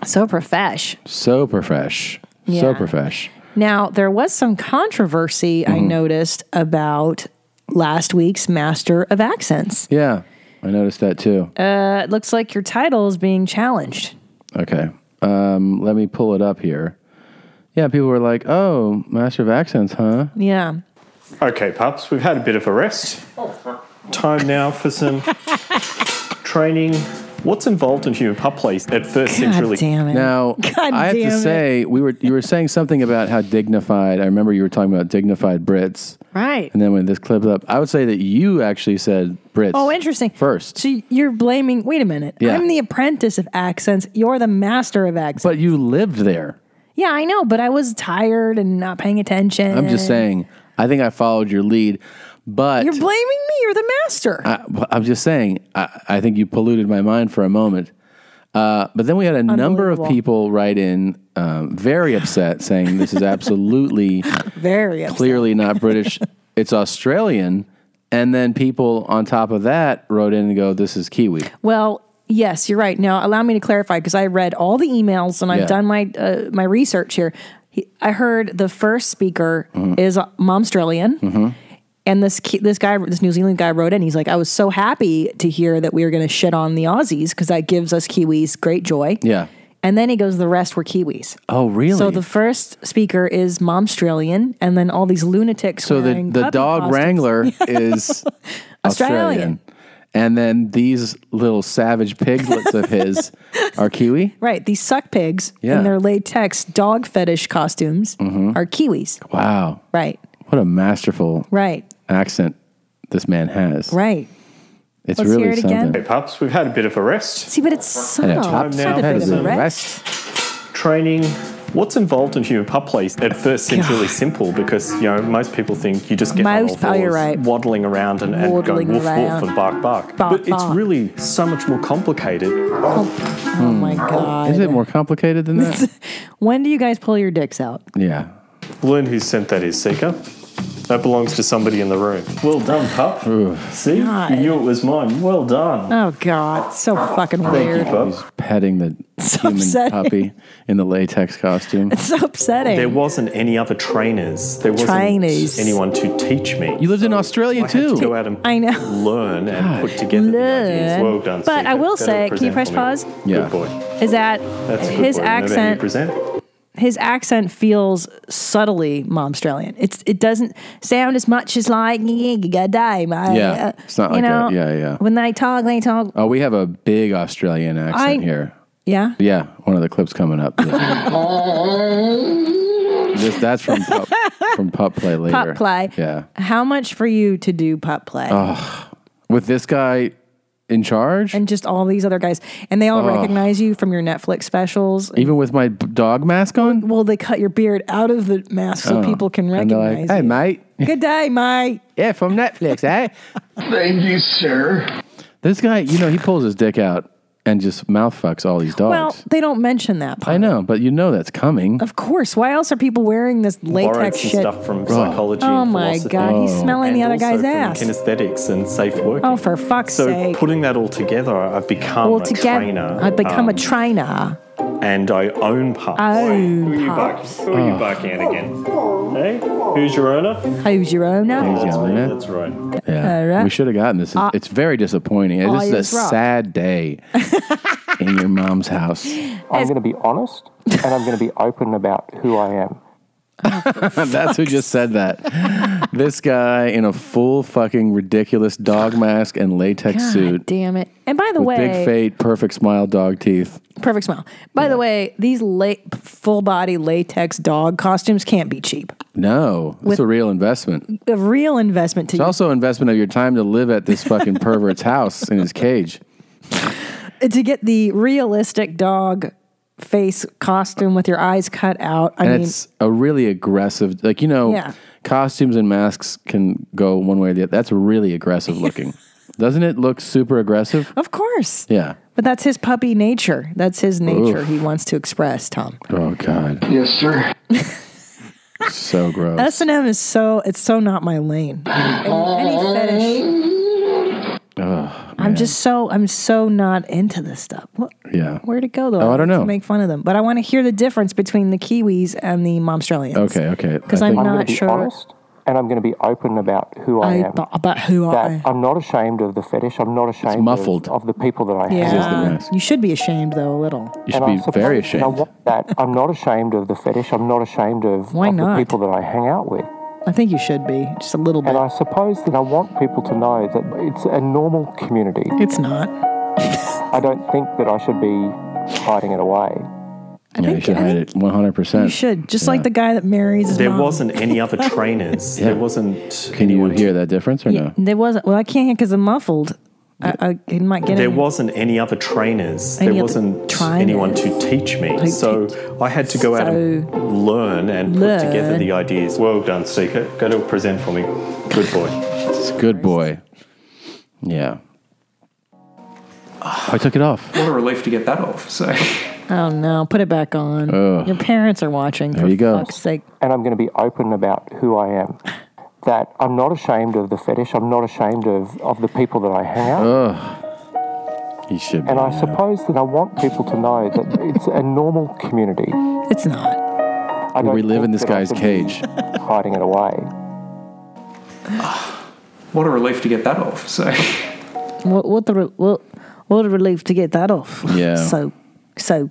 So profesh.
so profesh.
Yeah.
So profesh.
Now there was some controversy I
Mm-hmm.
noticed about last week's Master of Accents.
Yeah. I noticed that too.
Uh, it looks like your title is being challenged.
Okay. Um, let me pull it up here. Yeah, people were like, "Oh, master of accents, huh?"
Yeah.
Okay, pups, we've had a bit of a rest. Time now for some training. What's involved in human pup play at first century?
Now,
God
I have
damn
to
it.
say, we were you were saying something about how dignified. I remember you were talking about dignified Brits.
Right.
And then when this clipped up, I would say that you actually said Brits.
Oh, interesting.
First.
So you're blaming. Wait a minute.
Yeah.
I'm the apprentice of accents. You're the master of accents.
But you lived there.
yeah, I know. But I was tired and not paying attention.
I'm just saying. I think I followed your lead, but
You're blaming me. You're the master.
I, am just saying. I, I think you polluted my mind for a moment. Uh, but then we had a number of
Unbelievable.
people write in, um, very upset, saying this is absolutely
Very upset.
clearly not British. it's Australian. And then people on top of that wrote in and go, "This is Kiwi."
Well, yes, you're right. Now, allow me to clarify because I read all the emails and I've
Yeah.
done my uh, my
Mm-hmm.
research here. He, I heard the first speaker is Momstralian,
Mhm.
uh, And this ki- this guy, this New Zealand guy, wrote in. He's like, I was so happy to hear that we were going to shit on the Aussies because that gives us Kiwis great joy.
Yeah.
And then he goes, the rest were Kiwis.
Oh, really?
So the first speaker is Momstralian, and then all these lunatics.
So the,
wearing
the
puppy
dog
costumes.
wrangler is Australian.
Australian.
And then these little savage piglets of his are Kiwi.
Right, these suck pigs
Yeah.
in their latex dog fetish costumes
Mhm.
are Kiwis.
Wow.
Right,
What a masterful
right,
accent this man has.
right.
It's
Let's
really
hear it
something.
again.
Hey, pups, we've had a bit of a rest.
See, but it's subtle.
Yeah, Time
It's
now
not a bit
has
of a
a
wreck.
Training. What's involved in human pup play at first seems really simple because you know most people think you just get on all
Most- oh, you're
fours,
right.
waddling around and, and
Waddling
going woof
around.
woof and bark bark.
Bark,
but it's
bark.
really so much more complicated.
Oh my
Hmm.
god!
Is it more complicated than that?
When do you guys pull your dicks out?
yeah.
Learn who sent that is, Seeker. That belongs to somebody in the room. Well done, pup. See,
God.
you knew it was mine. Well done.
Oh god, so fucking weird.
He's petting the human
upsetting.
puppy in the latex costume.
It's so upsetting.
There wasn't any other trainers. There wasn't
Trainers.
anyone to teach me.
You lived in
I
Australia
Had
too.
to go out and
I know.
learn and put together the ideas.
Learn.
Well done.
But I
Stephen.
will
Go
say, can you
present
press
for me.
pause?
Yeah.
Good boy.
Is that
That's a good
his
boy. Remember how you
accent?
present?
his accent feels subtly mom Australian. It's it doesn't sound as much as like good day, mate."
Yeah, it's not
uh," you
like
know,
a- yeah, yeah.
When they talk, they talk.
Oh, we have a big Australian accent
I-
here.
Yeah.
Yeah, one of the clips coming up. This- that's from pup, from pup play later.
Pup play.
Yeah.
How much for you to do pup play?
Ugh. With this guy in charge,
and just all these other guys, and they all
Ugh.
recognize you from your Netflix specials.
even with my b- dog mask on.
Well, they cut your beard out of the mask so
Oh.
people can
And they're
recognize.
like, hey, mate.
you. Good day, mate.
Yeah, from Netflix, eh?
Thank you, sir.
This guy, you know, he pulls his dick out and just mouth fucks all these dogs.
Well, they don't mention that.
I know, but you know that's coming.
Of course. Why else are people wearing this latex
Borrowed some
shit?
stuff from psychology.
Oh
and
my
philosophy.
God, he's smelling the
And
other guy's
also from
ass.
Kinesthetics and safe working.
Oh, for fuck's
so
sake.
putting that all together, I've become
All
a
together,
trainer.
I've become a
um,
trainer.
and I own pups.
Own
Who are you
pups. Oh.
barking? Who
Oh.
are you barking at again? Hey, who's your owner?
Who's your owner?
He's yelling at.
That's right.
Yeah,
Alright.
we should have gotten this. It's,
Ah.
it's very disappointing. This
I
is
is
a
rock.
sad day in your mom's house.
I'm going to be honest and I'm going to be open about who I am.
That's who just said that. this guy in a full fucking ridiculous dog mask and latex
God
suit
damn it. And by the
with
way,
big fate, perfect smile, dog teeth.
perfect smile. By the way, these la- full body latex dog costumes can't be cheap.
No, it's
With-
a real investment.
A real investment to
It's also investment of your time to live at this fucking pervert's house in his cage.
to get the realistic dog face costume with your eyes cut out. I
and
mean,
it's a really aggressive, like you know,
Yeah.
costumes and masks can go one way or the other. That's really aggressive looking, doesn't it? Look super aggressive.
of course.
Yeah.
But that's his puppy nature. That's his nature
Oof.
he wants to express, Tom.
Oh God.
Yes, sir.
So gross.
S and M is so it's so not my lane. And any fetish.
Ugh,
I'm just so I'm so not into this stuff. What,
yeah.
where to go though?
Oh, I don't
like to
know.
make fun of them, but I want to hear the difference between the Kiwis and the Momstralians.
Okay. Okay.
Because
I
I'm
think- I'm gonna
not
be
sure.
honest. And I'm going to be open about who I,
I-
am.
About who I am.
I'm not ashamed of the fetish. I'm not ashamed
muffled.
Of, of the people that I
Yeah.
have.
You should be ashamed though a little.
And I suppose- and I want that. I'm not ashamed of the fetish. I'm not ashamed of,
Why
of the
not?
people that I hang out with.
I think you should be just a little bit.
And I suppose that I want people to know that it's a normal community.
It's not.
I don't think that I should be hiding it away.
yeah, you should hide it 100. percent
You should just like the guy that marries his
There
mom.
wasn't any other trainers. There wasn't.
Can you hear that difference or no?
There wasn't. Well, I can't because I'm muffled. I, I it might get
There
in.
wasn't any other trainers.
Any
there
other
wasn't anyone to teach me.
Who
so I had to go out and learn and put together
Learn.
the ideas. Well done, Seeker. Go to present for me. Good boy.
It's good boy. Yeah. I took it off.
What a relief to get that off. So
Oh no! Put it back on.
Ugh.
Your parents are watching.
There
for
you go.
Fuck's sake.
And I'm going to be open about who I am. That I'm not ashamed of the fetish. I'm not ashamed of, of the people that I hang out with.
Ugh. He should be.
And I suppose that I want people to know that it's a normal community.
It's not.
I don't
we live
think
in this
that I
guy's
should be
cage.
Hiding it away.
What a relief to get that off. So
What, what the re- what, what a relief to get that off.
Yeah.
so so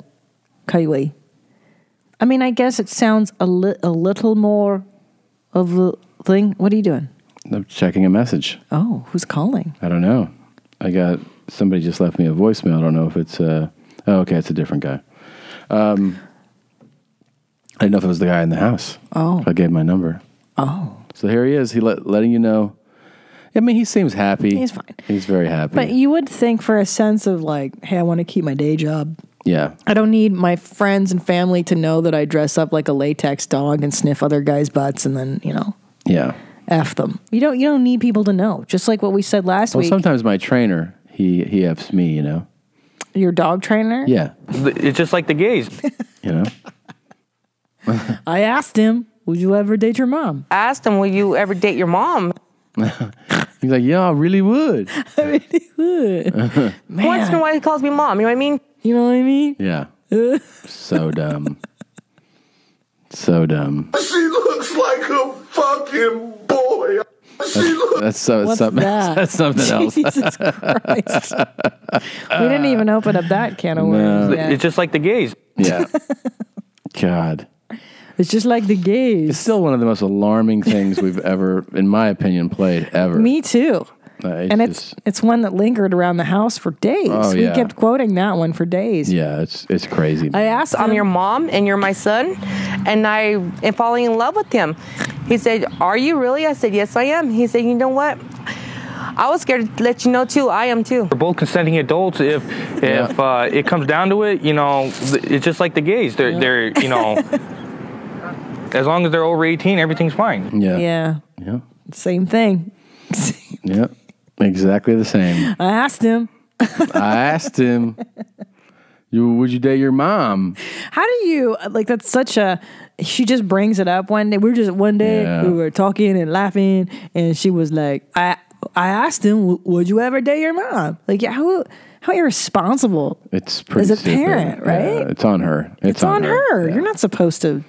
kiwi. I mean, I guess it sounds a, li- a little more of the thing. What are you doing?
I'm checking a message.
Oh, who's calling?
I don't know. I got somebody just left me a voicemail. I don't know if it's uh oh okay, it's a different guy. Um I didn't know if it was the guy in the house.
Oh.
I gave my number.
Oh.
So here he is. He let, letting you know. I mean, he seems happy.
He's fine.
He's very happy.
But you would think for a sense of like, hey, I want to keep my day job.
yeah.
I don't need my friends and family to know that I dress up like a latex dog and sniff other guys' butts and then, you know,
Yeah.
F them. You don't you don't need people to know. Just like what we said last
well,
week.
sometimes my trainer, he he f's me, you know.
Your dog trainer?
Yeah.
It's just like the gays.
You know.
I asked him, Would you ever date your mom?
I asked him, Will you ever date your mom?
He's like, "Yeah, I really would."
Once in a while, he calls me mom. You know what I mean?
You know what I mean?
yeah. so dumb. So dumb.
She looks like a fucking boy.
That's, that's so
What's
something.
that?
That's something else.
Jesus Christ.
Uh,
we didn't even open up that can of worms. yet.
It's just like the gays.
Yeah. God.
It's just like the gays.
It's still one of the most alarming things we've ever, in my opinion, played ever.
Me too.
Uh, it's
and
just-
it's it's one that lingered around the house for days.
Oh,
we
yeah.
kept quoting that one for days.
yeah, it's it's crazy.
I asked I'm your mom and you're my son, and I am falling in love with him. He said, Are you really? I said, Yes, I am. He said, You know what? I was scared to let you know too. I am too.
We're both consenting adults. If if uh, it comes down to it, you know, th- it's just like the gays. They're they're you know, as long as they're over eighteen, everything's fine.
Yeah.
Yeah.
Yeah.
Same thing.
Yep. Exactly the same.
I asked him,
I asked him, "You would you date your mom?"
how do you uh, like that's such a she just brings it up one day. We were just one day
Yeah.
we were talking and laughing and she was like, I I asked him, would you ever date your mom? Like yeah, how how irresponsible.
It's pretty.
As a
stupid.
parent, right?
Yeah, it's on her. It's,
It's on her. You're not supposed to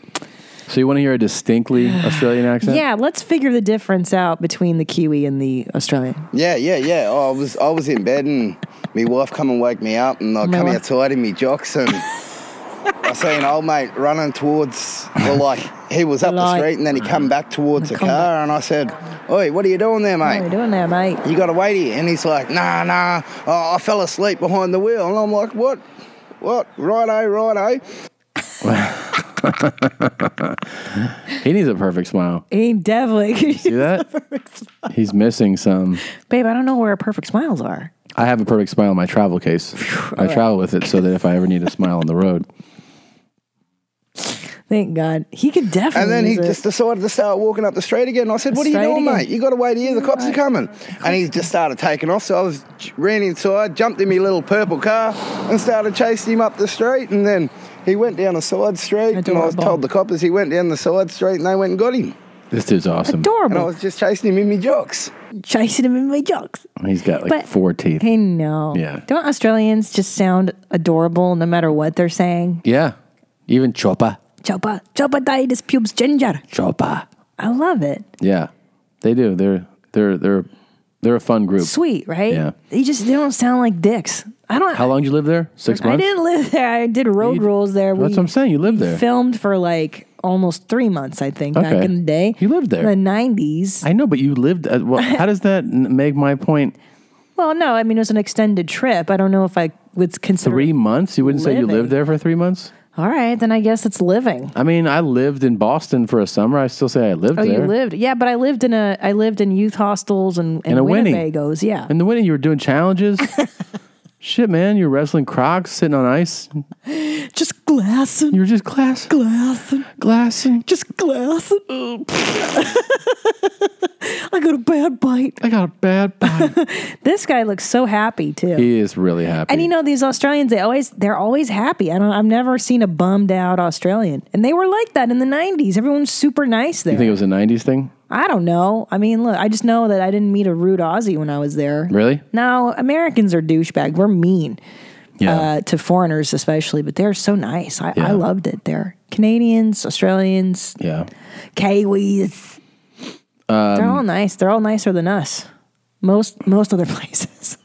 So you want to hear a distinctly Australian accent?
Yeah, let's figure the difference out between the Kiwi and the Australian.
Yeah, yeah, yeah. Oh, I was I was in bed and my wife come and woke me up and I
My
come
wife-
outside in me jocks and I seen an old mate running towards well like he was up the
Like-
street and then he come back towards the car and I said, Oi, what are you doing there, mate?
What are you doing there, mate?
You gotta wait here and he's like, Nah, nah, oh, I fell asleep behind the wheel and I'm like, What? What? Righto, righto.
he needs a perfect smile.
He definitely
See that? He's missing some.
Babe, I don't know where perfect smiles are.
I have a perfect smile in my travel case. I travel with it so that if I ever need a smile on the road,
Thank God. He could definitely
And then he
use it.
just decided to start walking up the street again. And I said,
The
What are you
street
doing,
again.
mate? You got to wait here. The cops are coming. And he just started taking off. So I was ran inside, jumped in my little purple car, and started chasing him up the street. And then he went down a side street. And I was
Adorable.
told the coppers he went down the side street and they went and got him.
this dude's awesome.
And I was just chasing him in my jocks.
Chasing him in my jocks.
He's got like
But-
four teeth.
They know.
Yeah.
Don't Australians just sound adorable no matter what they're saying?
Yeah. Even Chopper.
Chopa, chopa dyed his pubes ginger.
Chopa.
I love it.
Yeah. They do. They're they're they're they're a fun group.
Sweet, right?
Yeah.
They just they don't sound like dicks. I don't.
How long did you live there? Six
I
months?
didn't live there. I did road rules there.
That's what I'm saying. You lived there.
Filmed for like almost three months, I think, back
Okay.
in the day.
You lived there.
the '90s.
I know, but you lived. At, well, how does that n- make my point?
Well, no, I mean it was an extended trip. I don't know if I would consider.
Three months? You wouldn't say you
living.
lived there for three months?
All right, then I guess it's living.
I mean, I lived in Boston for a summer. I still say I lived
Oh,
there.
you lived, yeah, but I lived in a, I lived in youth hostels and and,
And a Winnie.
Winnebago's, yeah.
In the winter, you were doing challenges. Shit, man, you were wrestling Crocs, sitting on ice.
Just glassing.
You were just glassing.
Glassing.
Glassing.
Just glassing. I got a bad bite.
I got a bad
bite. this guy looks so happy too.
He is really happy.
And you know these Australians, they always they're always happy. I don't, I've never seen a bummed out Australian, and they were like that in the '90s. Everyone's super nice there.
You think it was a '90s thing?
I don't know. I mean, look, I just know that I didn't meet a rude Aussie when I was there.
Really?
No, Americans are douchebag. We're mean uh, to foreigners, especially, but they're so nice. I, I loved it there. Canadians, Australians,
Yeah.
Kiwis.
Um,
they're all nice. They're all nicer than us. Most most other places,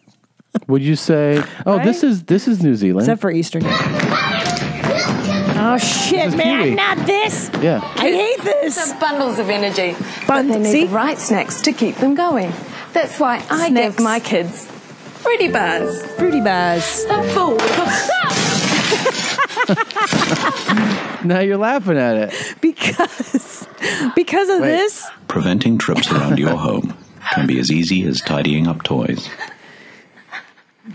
Would you say? Oh, this is this is New Zealand.
except for Eastern. Oh shit,
is
man!
Kiwi.
Not this.
yeah.
I hate this.
The bundles of energy. But they need the right snacks to keep them going. That's why I give my kids fruity bars.
Fruity bars.
A full.
Now you're laughing at it.
Because because of
Wait.
this,
Preventing trips around your home can be as easy as tidying up toys.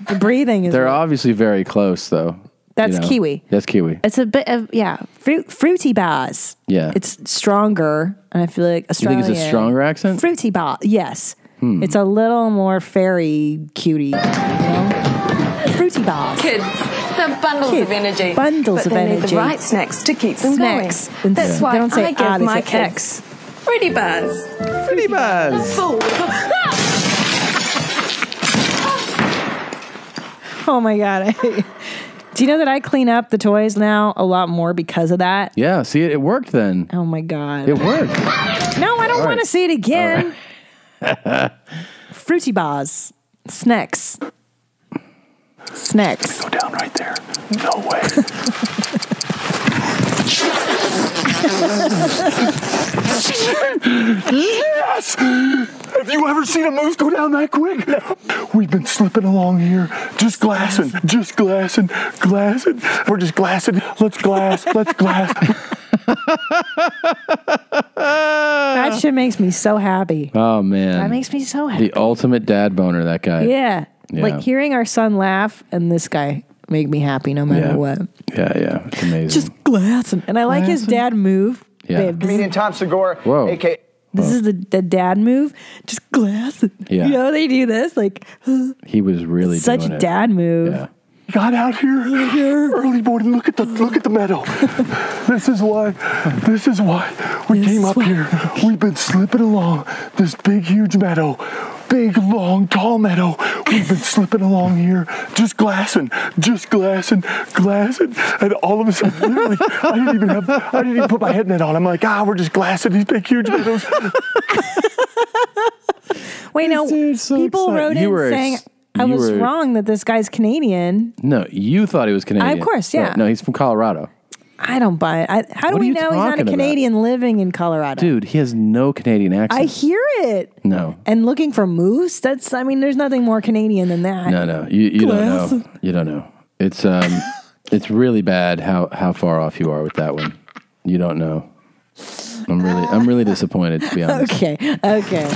the breathing is.
They're obviously very close, though.
That's kiwi.
That's kiwi.
It's a bit of yeah, fruit, fruity bars.
Yeah.
it's stronger, and I feel like
You think
Australian.
it's a stronger accent?
Fruity bar, yes.
Hmm.
It's a little more fairy cutie. you know? Fruity bars.
Kids. The bundles of energy.
Bundles
but
of
they Need
energy.
the right snacks to keep them
Snacks.
going.
And
That's
yeah.
why
They don't say
I give
ah, they
my
say
kids
X.
fruity bars.
Fruity
A
bars.
full.
Oh my god! I- Do you know that I clean up the toys now a lot more because of that?
Yeah. See, it, it worked then.
Oh my god!
It worked.
No, I don't
All
want to
right.
see it again.
All
Fruity bars, snacks, snacks. Go down right there. No way.
yes! Have you ever seen a moose go down that quick? We've been slipping along here, just glassing, just glassing, glassing. We're just glassing. Let's glass, let's glass.
that shit makes me so happy.
oh man.
That makes me so happy.
The ultimate dad boner. That guy.
yeah.
Yeah.
Like hearing our son laugh and this guy make me happy no matter
Yeah.
what.
Yeah. Yeah. It's amazing.
Just glass. And, and I like his dad move.
Yeah.
Comedian
Tom Segura.
Whoa.
AKA.
This is the, the dad move. Just glass.
Yeah.
You know, they do this. Like,
he was really
such
doing it.
dad move.
Got out here early morning. Look at the look at the meadow. this is why, this is why we came up here. We've been slipping along this big, huge meadow, big, long, tall meadow. We've been slipping along here, just glassing, just glassing, glassing, and all of a sudden, literally, I didn't even have, I didn't even put my head net on. I'm like, ah, we're just glassing these big, huge meadows.
Wait, no. people
excited.
wrote
You
in
were
saying
ex-
I
you
was
were-
wrong that this guy's Canadian.
No, you thought he was Canadian.
Of course, yeah.
Right. No, he's from Colorado.
I don't buy it. I, how do
What are
we
you
know he's not
talking
a
about?
Canadian living in Colorado?
Dude, he has no Canadian accent.
I hear it.
no.
And looking for moose, that's, I mean, there's nothing more Canadian than that.
No, no. You you
Glass.
don't know. You don't know. It's um it's really bad how how far off you are with that one. You don't know. I'm really I'm really disappointed to be honest.
Okay, okay.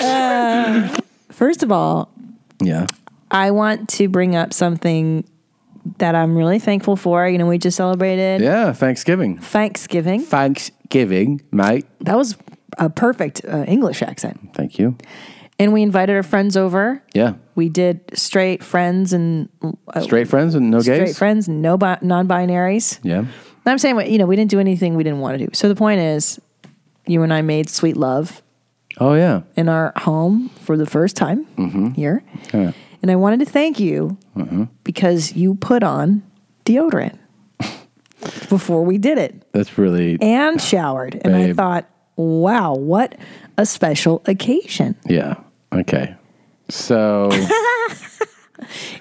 Uh, first of all,
Yeah.
I want to bring up something that I'm really thankful for. You know, we just celebrated
Yeah, Thanksgiving.
Thanksgiving.
Thanksgiving, mate.
That was a perfect uh, English accent.
Thank you.
And we invited our friends over.
Yeah.
We did straight friends and uh,
Straight friends and no
straight
gays?
friends, no bi- non-binaries.
Yeah.
And I'm saying, what- you know, we didn't do anything we didn't want to do. So the point is, you and I made sweet love
Oh yeah.
in our home for the first time
Mm-hmm.
here.
Yeah.
And I wanted to thank you
hmm
because you put on deodorant before we did it
That's really
and showered. And I
Babe.
thought, wow, what a special occasion.
Yeah. Okay. So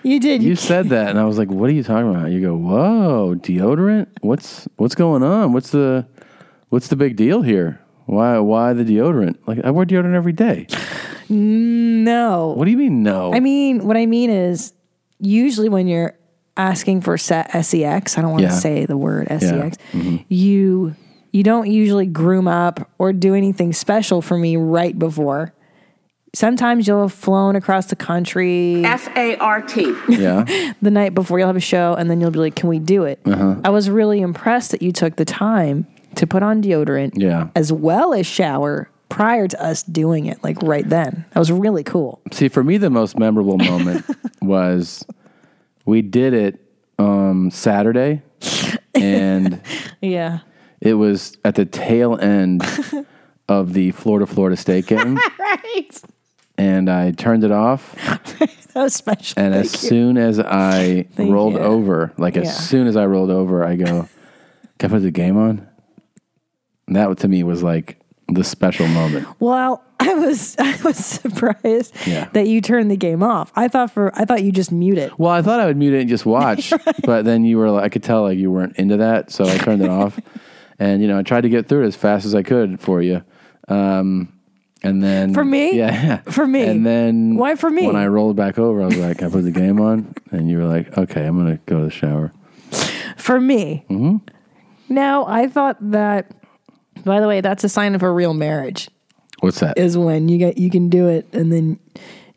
You did.
You said that, and I was like, "What are you talking about?" You go, "Whoa, deodorant? What's what's going on? What's the what's the big deal here? Why why the deodorant? Like I wear deodorant every day.
Mm, No.
What do you mean no?
Oh. I mean, what I mean is usually when you're asking for se- sex, I don't want
Yeah.
to say the word E
Yeah. Mm-hmm.
sex. You you don't usually groom up or do anything special for me right before. Sometimes you'll have flown across the country
F A R T.
Yeah.
the night before you'll have a show and then you'll be like, "Can we do it?"
Uh-huh.
I was really impressed that you took the time to put on deodorant
Yeah.
as well as shower prior to us doing it like right then. That was really cool.
See, for me, the most memorable moment was we did it um, Saturday, and
Yeah.
it was at the tail end of the Florida Florida State game,
right.
and I turned it off.
That was special.
And as
Thank you.
soon as I
Thank
rolled
you.
over, like
Yeah.
as soon as I rolled over, I go, "Can I put the game on?" And that to me was like the special moment.
Well, I was I was surprised
Yeah.
that you turned the game off. I thought for I thought you just mute it.
Well, I thought I would mute it and just watch, but then you were like, I could tell like you weren't into that, so I turned it off. And you know, I tried to get through it as fast as I could for you. Um, and then
For me?
yeah,
For me.
And then
Why for me?
When I rolled back over, I was like, I put the game on, and you were like, Okay, I'm gonna go to the shower.
For me.
hmm
No, I thought that by the way, that's a sign of a real marriage.
What's that?
Is when you get you can do it and then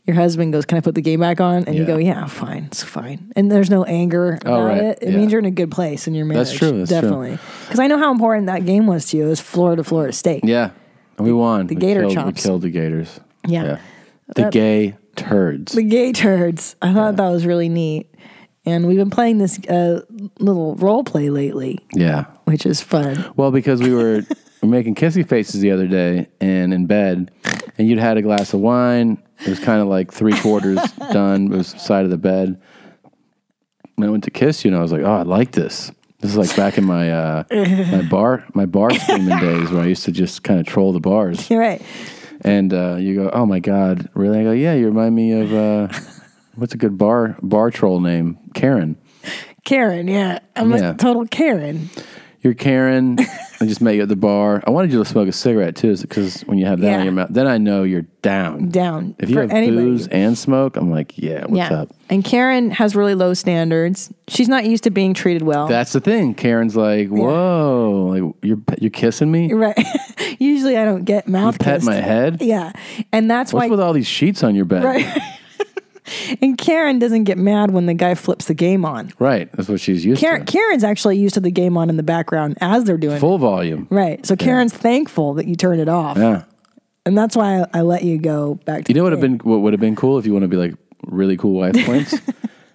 your husband goes, Can I put the game back on? And you
Yeah.
go, Yeah, fine, it's fine. And there's no anger
Oh,
about
right,
it. It
yeah.
means you're in a good place in your marriage.
That's true, that's true.
definitely. Because I know how important that game was to you. It was Florida, Florida State.
Yeah, and we won.
the
we
gator
killed,
chops.
We killed the Gators.
Yeah.
The
That-
gay turds.
The gay turds. I thought that was really neat. And we've been playing this uh, little role play lately.
Yeah.
Which is fun.
Well, because we were making kissy faces the other day and in bed, and you'd had a glass of wine. It was kind of like three quarters done. It was side of the bed. And I went to kiss you, and I was like, "Oh, I like this. This is like back in my uh, my bar my bar scheming days where I used to just kind of troll the bars."
You're right.
And uh, you go, "Oh my god, really?" I go, "Yeah, you remind me of uh, what's a good bar bar troll name? Karen."
Karen, yeah. I'm
Yeah.
a total Karen.
You're Karen. I just met you at the bar. I wanted you to smoke a cigarette too, because when you have that
Yeah.
in your mouth, then I know you're down.
Down.
If you
for
have
anybody.
booze and smoke, I'm like, yeah, what's
yeah.
up?
And Karen has really low standards. She's not used to being treated well.
That's the thing. Karen's like, whoa, like you're you're kissing me.
right. Usually I don't get mouth
pet
kissed.
my head?
Yeah. And that's
What's
why
with all these sheets on your bed?
Right. and Karen doesn't get mad when the guy flips the game on.
Right. That's what she's used
Karen, Karen's actually used to the game on in the background as they're doing
to.
it.
Full volume.
Right. So
Yeah.
Karen's thankful that you turned it off.
Yeah.
And that's why I, I let you go back to
You know what would have been what would have been cool if you want to be like really cool wife points.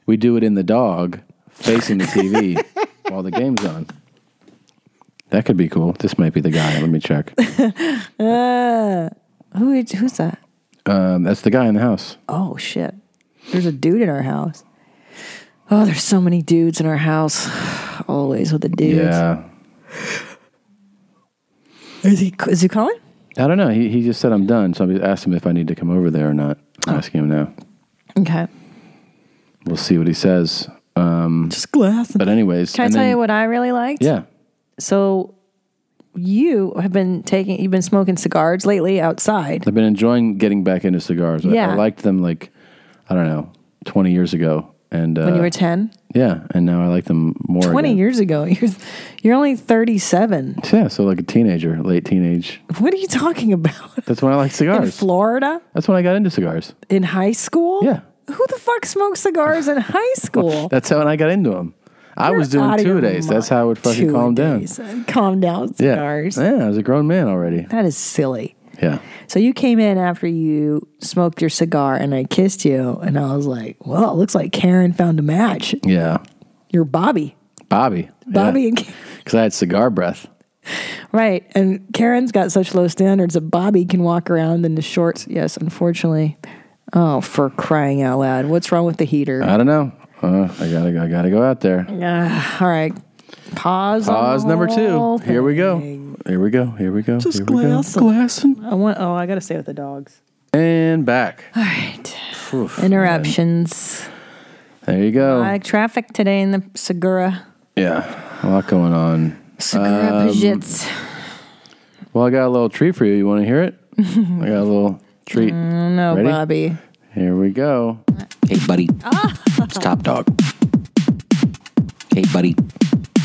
we do it in the dog facing the TV while the game's on. That could be cool. This might be the guy. Let me check.
uh, who is, who's that?
Um, that's the guy in the house.
Oh shit. There's a dude in our house. Oh, there's so many dudes in our house. Always with the dudes.
Yeah.
Is he is he calling?
I don't know. He he just said I'm done, so I asked him if I need to come over there or not.
Oh.
I'm asking him now.
Okay.
We'll see what he says. Um,
just glass.
But anyways,
Can I
and
tell
then-
you what I really liked?
Yeah.
So you have been taking you've been smoking cigars lately outside.
I've been enjoying getting back into cigars. I- I,
Yeah.
liked them like I don't know, 20 years ago, and uh,
When you were 10?
Yeah, and now I like them more.
20
again.
years ago. You're you're only 37.
Yeah, so like a teenager, late teenage.
What are you talking about?
That's when I liked
In
cigars.
Florida?
That's when I got into cigars.
In high school? Yeah. Who the fuck smokes cigars in high school?
That's how I got into them. I was doing
out of
two
your
days. That's how I would fucking
Two
calm
days.
down.
Calm down, cigars.
Yeah. yeah, I was a grown man already.
That is silly.
Yeah.
So you came in after you smoked your cigar and I kissed you and I was like, well, it looks like Karen found a match.
Yeah.
You're Bobby.
Bobby.
Bobby and Karen.
Because I had cigar breath.
Right. And Karen's got such low standards that Bobby can walk around in the shorts. Yes, unfortunately. Oh, for crying out loud. What's wrong with the heater?
I don't know. Uh, I gotta go. I gotta go out there.
Ah, all right. Pause. on
Pause
the
number two.
whole
Here we go. Here we go. Here we go.
Just
Here we go.
glass-
glassing.
I want. Oh, I gotta stay with the dogs.
And back.
All right.
Oof,
Interruptions.
man. There you go.
Like traffic today in the Segura.
yeah, a lot going on.
Segura
Um,
Bridget's.
Well, I got a little treat for you. You want to hear it? I got a little treat.
Mm, No,
Ready?
Bobby.
Here we go.
Hey, buddy.
Ah.
It's Top Dog. Hey, buddy.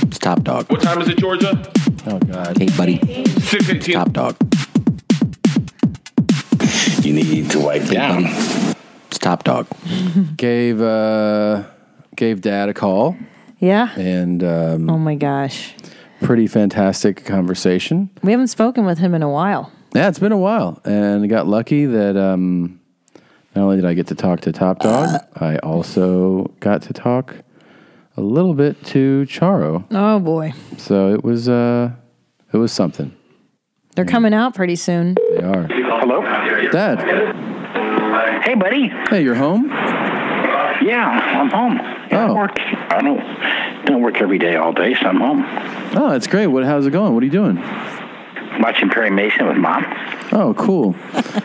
It's Top Dog.
What time is it, Georgia?
Oh, God.
Hey, buddy.
Six eighteen.
Top Dog.
You need to wipe down.
It's Top Dog.
gave uh, gave Dad a call.
Yeah.
And um,
oh my gosh,
pretty fantastic conversation.
We haven't spoken with him in a while.
Yeah, it's been a while, and I got lucky that um, not only did I get to talk to Top Dog, I also got to talk a little bit to Charo.
Oh boy,
So it was uh, it was something.
they're
Hmm.
coming out pretty soon.
They are. Hello, Dad.
Hey, buddy.
Hey, you're home.
Yeah, I'm home. Yeah,
Oh.
I work. I don't don't work every day all day, so I'm home.
Oh, that's great. What? How's it going? What are you doing?
watching Perry Mason with mom.
Oh, cool.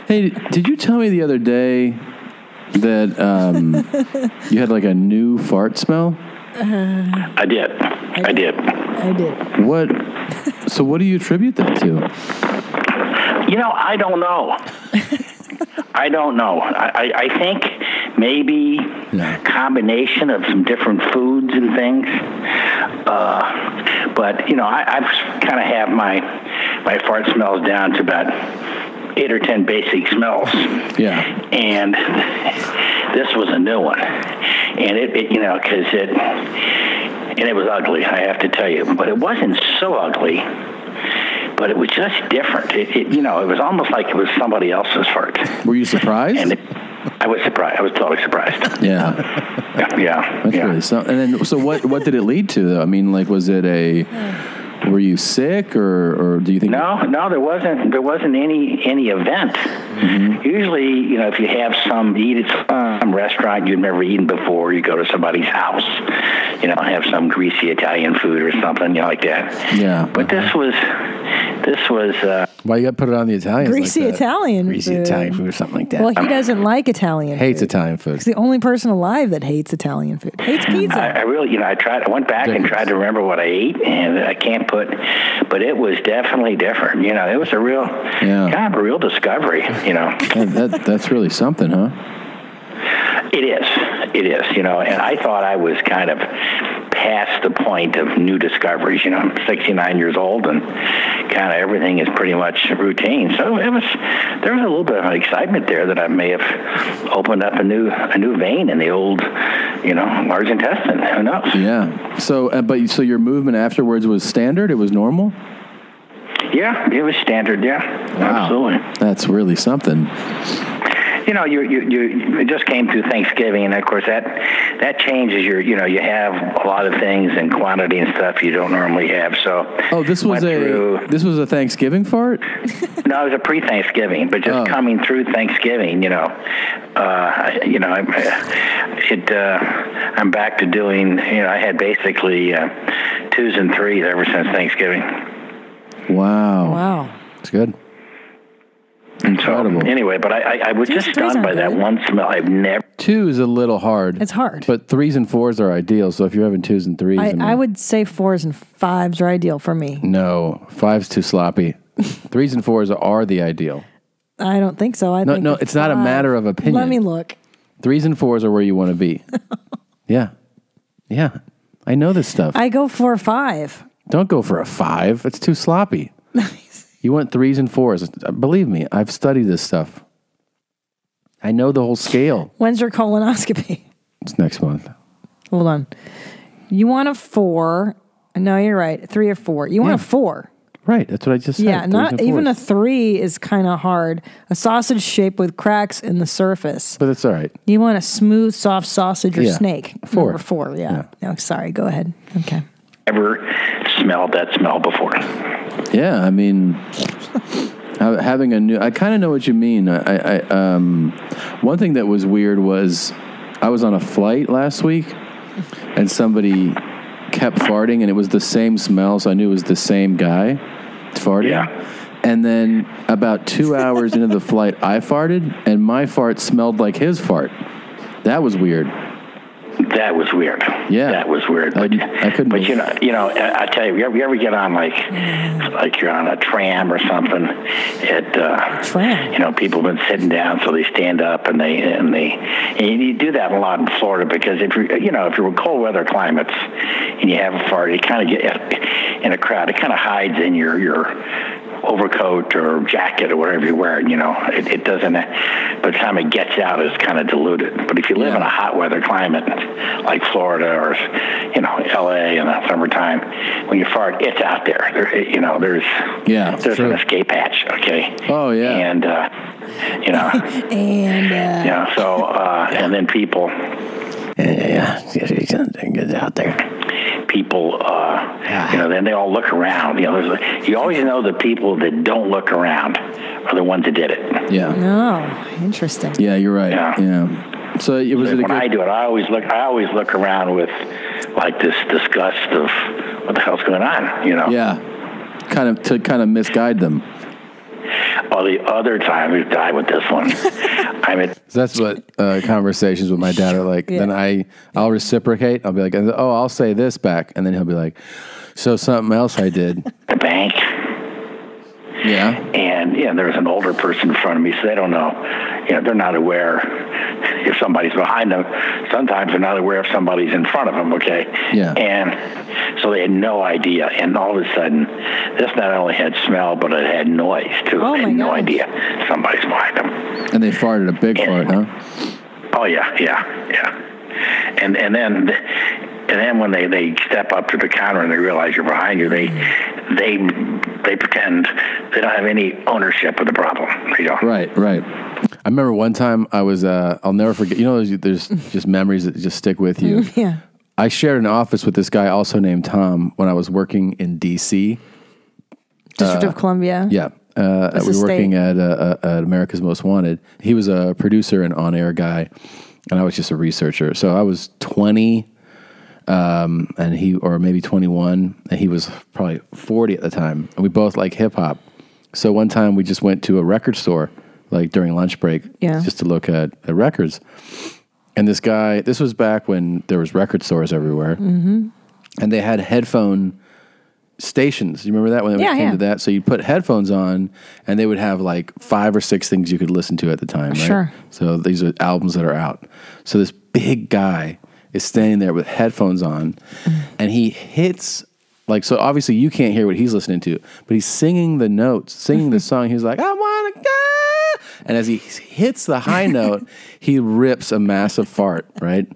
hey, did you tell me the other day that um, you had like a new fart smell?
Uh,
I did. I did.
I did.
What? So, what do you attribute that to?
You know, I don't know. I don't know. I, I, I think maybe combination of some different foods and things. Uh, but you know, I, I've kind of have my my fart smells down to about eight or ten basic smells,
Yeah.
and this was a new one. And it, it you know, because it and it was ugly. I have to tell you, but it wasn't so ugly. But it was just different. It, it, you know, it was almost like it was somebody else's fart.
Were you surprised?
And it, I was surprised. I was totally surprised.
Yeah.
Yeah, yeah.
That's really something. And then, so what? What did it lead to? Though? I mean, like, was it a? Were you sick, or or do you think?
No, no, there wasn't. There wasn't any any event.
Mm-hmm.
Usually, you know, if you have some eat
Uh.
at some restaurant you've never eaten before, you go to somebody's house, you know, have some greasy Italian food or something, you know, like that.
Yeah. Uh-huh.
But this was, this was. Uh,
Why you got to put it on the Italians?
Greasy
like that?
Italian
Greasy
food.
Italian food or something like that.
Well, he doesn't like Italian.
hates
food.
Italian food.
He's the only person alive that hates Italian food. Hates pizza.
I, I really, you know, I tried. I went back and tried to remember what I ate, and I can't put. But it was definitely different. You know, it was a real, kind of a real discovery. You know.
Man, that, that's really something, huh?
It is. It is, you know, and I thought I was kind of past the point of new discoveries. You know, I'm 69 years old and kind of everything is pretty much routine. So it was, there was a little bit of excitement there that I may have opened up a new, a new vein in the old, you know, large intestine. Who knows?
Yeah. So, uh, but so your movement afterwards was standard. It was normal.
Yeah, it was standard. Yeah. Absolutely.
That's really something.
you know, you you you it just came through Thanksgiving, and of course that that changes your you know you have a lot of things and quantity and stuff you don't normally have. So
Oh, this was a this was a Thanksgiving fart.
no, it was a pre-Thanksgiving, but just coming through Thanksgiving, you know, uh, you know, I'm, it uh, I'm back to doing you know I had basically uh, twos and threes ever since Thanksgiving.
Wow. Wow. It's good. Incredible.
Anyway, but I I, I was just stunned by that one smell. I've never.
Two is a little hard. It's
hard.
But threes and fours are ideal. So if you're having twos and threes,
I,
mean-
I would say fours and fives are ideal for me.
no, five's too sloppy. threes and fours are the ideal.
I don't think so. I
No,
think
no, it's not a
five.
matter of opinion.
Let me look.
Threes and fours are where you want to be. yeah. Yeah. I know this stuff.
I go four five.
Don't go for a five. It's too sloppy. you want threes and fours. Believe me, I've studied this stuff. I know the whole scale.
When's your colonoscopy?
It's next month.
Hold on. You want a four? No, you're right. Three or four. You want a
Hmm.
four?
Right. That's what I just said.
yeah,
threes
not
and
even a
fours.
three is kind of hard. A sausage shape with cracks in the surface.
But it's all right.
You want a smooth, soft sausage or
Yeah.
snake?
Four.
Number four. Yeah. No, sorry. Go ahead. Okay.
ever smelled that smell before.
Yeah, I mean, ha- having a new. I kind of know what you mean. I, I um, one thing that was weird was I was on a flight last week, and somebody kept farting, and it was the same smell, so I knew it was the same guy farting. Yeah. And then about two hours into the flight, I farted, and my fart smelled like his fart. That was weird.
That was weird.
Yeah,
that was weird. But
I couldn't.
But you know, you know, I, I tell you, you ever, you ever get on like, like you're on a tram or something? At uh,
tram.
You know, people have been sitting down, so they stand up and they and they and you do that a lot in Florida because if you you know if you're in cold weather climates and you have a fart, you kind of get in a crowd. It kind of hides in your your overcoat or jacket or whatever you're wearing, you know, it, it doesn't, by the time it gets out, it's kind of diluted. But if you live in a hot weather climate like Florida or, you know, LA in the summertime, when you fart, it's out there. there you know, there's,
yeah,
there's an escape hatch, okay?
Oh, yeah.
And, uh, you know,
And uh,
you know, so, uh, and then people,
yeah, get out there.
People, uh, you know, then they all look around. You know, there's a, you always know the people that don't look around are the ones that did it.
Yeah.
No. Interesting.
Yeah, you're right. Yeah. So it was
when I do it, I always look. I always look around with like this disgust of what the hell's going on. You know.
Yeah. kind of to kind of misguide them.
All the other time we've died with this one. I'm at
So that's what uh, conversations with my dad are like. Then I I'll reciprocate. I'll be like, oh, I'll say this back, and then he'll be like, so something else I did.
the bank.
Yeah.
And yeah, there's an older person in front of me, so they don't know. You know, they're not aware if somebody's behind them. Sometimes they're not aware if somebody's in front of them. Okay.
Yeah.
And so they had no idea. And all of a sudden, this not only had smell, but it had noise too.
Oh,
they had
my
no
gosh.
idea somebody's behind them.
And they farted a big fart, huh?
Oh yeah, yeah, yeah. And and then and then when they they step up to the counter and they realize you're behind you, they they they pretend they don't have any ownership of the problem. They don't.
Right, right. I remember one time I was. Uh, I'll never forget. You know, there's, there's just memories that just stick with you.
yeah.
I shared an office with this guy also named Tom when I was working in D.C.
District
Uh,
of Columbia.
Yeah. Uh,
That's
we
a
were working
state.
at, uh, uh, at America's Most Wanted. He was a producer and on air guy, and I was just a researcher. So I was 20, um, and he, or maybe 21, and he was probably 40 at the time. And we both like hip hop. So one time we just went to a record store, like during lunch break,
Yeah.
just to look at, at records. And this guy, this was back when there was record stores everywhere
Mm-hmm.
and they had headphone stations. You remember that when it
Yeah,
came
yeah.
to that? So you'd put headphones on, and they would have like five or six things you could listen to at the time. Right?
Sure.
So these are albums that are out. So this big guy is standing there with headphones on,
Mm.
and he hits. Like so, obviously you can't hear what he's listening to, but he's singing the notes, singing the song. He's like, "I want to go," and as he hits the high note, he rips a massive fart, right?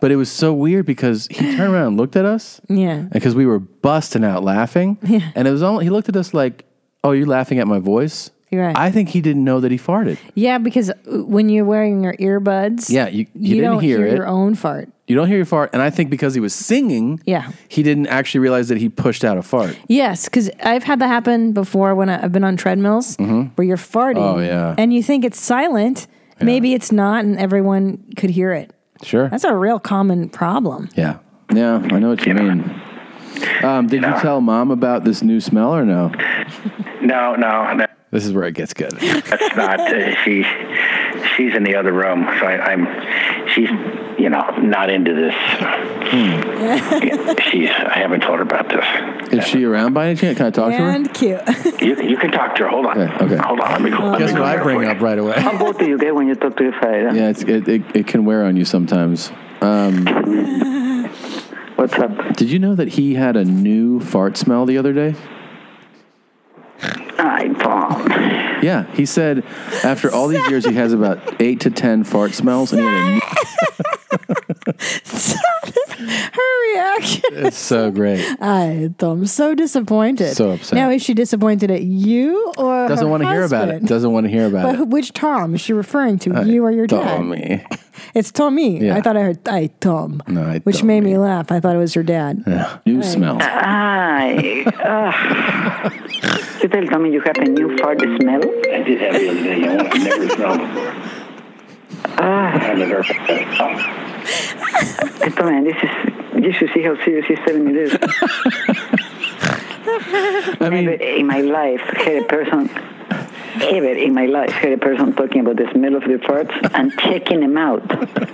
But it was so weird because he turned around and looked at us,
Yeah.
because we were busting out laughing.
Yeah.
And it was only he looked at us like, "Oh, you're laughing at my voice."
You're right.
I think he didn't know that he farted.
Yeah, because uh, when you're wearing your earbuds,
Yeah, you- you didn't
don't
hear it.
your own fart.
You don't hear your fart, and I think because he was singing,
Yeah.
he didn't actually realize that he pushed out a fart.
Yes, because I've had that happen before when I- I've been on treadmills
Mhm.
where you're farting.
Oh, yeah.
and you think it's silent. Maybe it's not, and everyone could hear it.
Sure.
That's a real common problem.
yeah. Yeah, I know what you mean. Um, did you tell mom about this new smell or no?
No, no, no.
This is where it gets good.
That's not. Uh, she she's in the other room, so I, I'm she's you know not into this. she's I haven't told her about this.
Hmm. Is she around by any chance? Can I talk to her?
And cute.
You, you can talk to her. Hold on. Okay. Hold on. Let me go.
Guess what I bring up right away.
How both of you get when you talk to your father?
Yeah, it's, it, it it can wear on you sometimes. Um,
What's up?
Did you know that he had a new fart smell the other day?
I bomb.
Yeah, he said after all these years he has about eight to ten fart smells, and he had a new,
Her reaction.
it's so great.
I, I'm so disappointed.
So upset.
Now, is she disappointed at you or
Doesn't want to hear about it. Doesn't want to hear about
But
it.
who- which Tom is she referring to?
I-
you or your dad?
Tommy.
It's Tommy.
Yeah.
I thought I heard I Tom,
No, I
which
don't.
made me laugh. I thought it was your dad.
Yeah. New
Right.
smell.
Hi. you tell Tommy you have a new fart smell? I did have the other day. I want- I never smelled before. Ah. I never Tommy, this is, you should see how serious he's telling me this. never in my life had a person, ever in my life had a person talking about the smell of the farts and checking them out.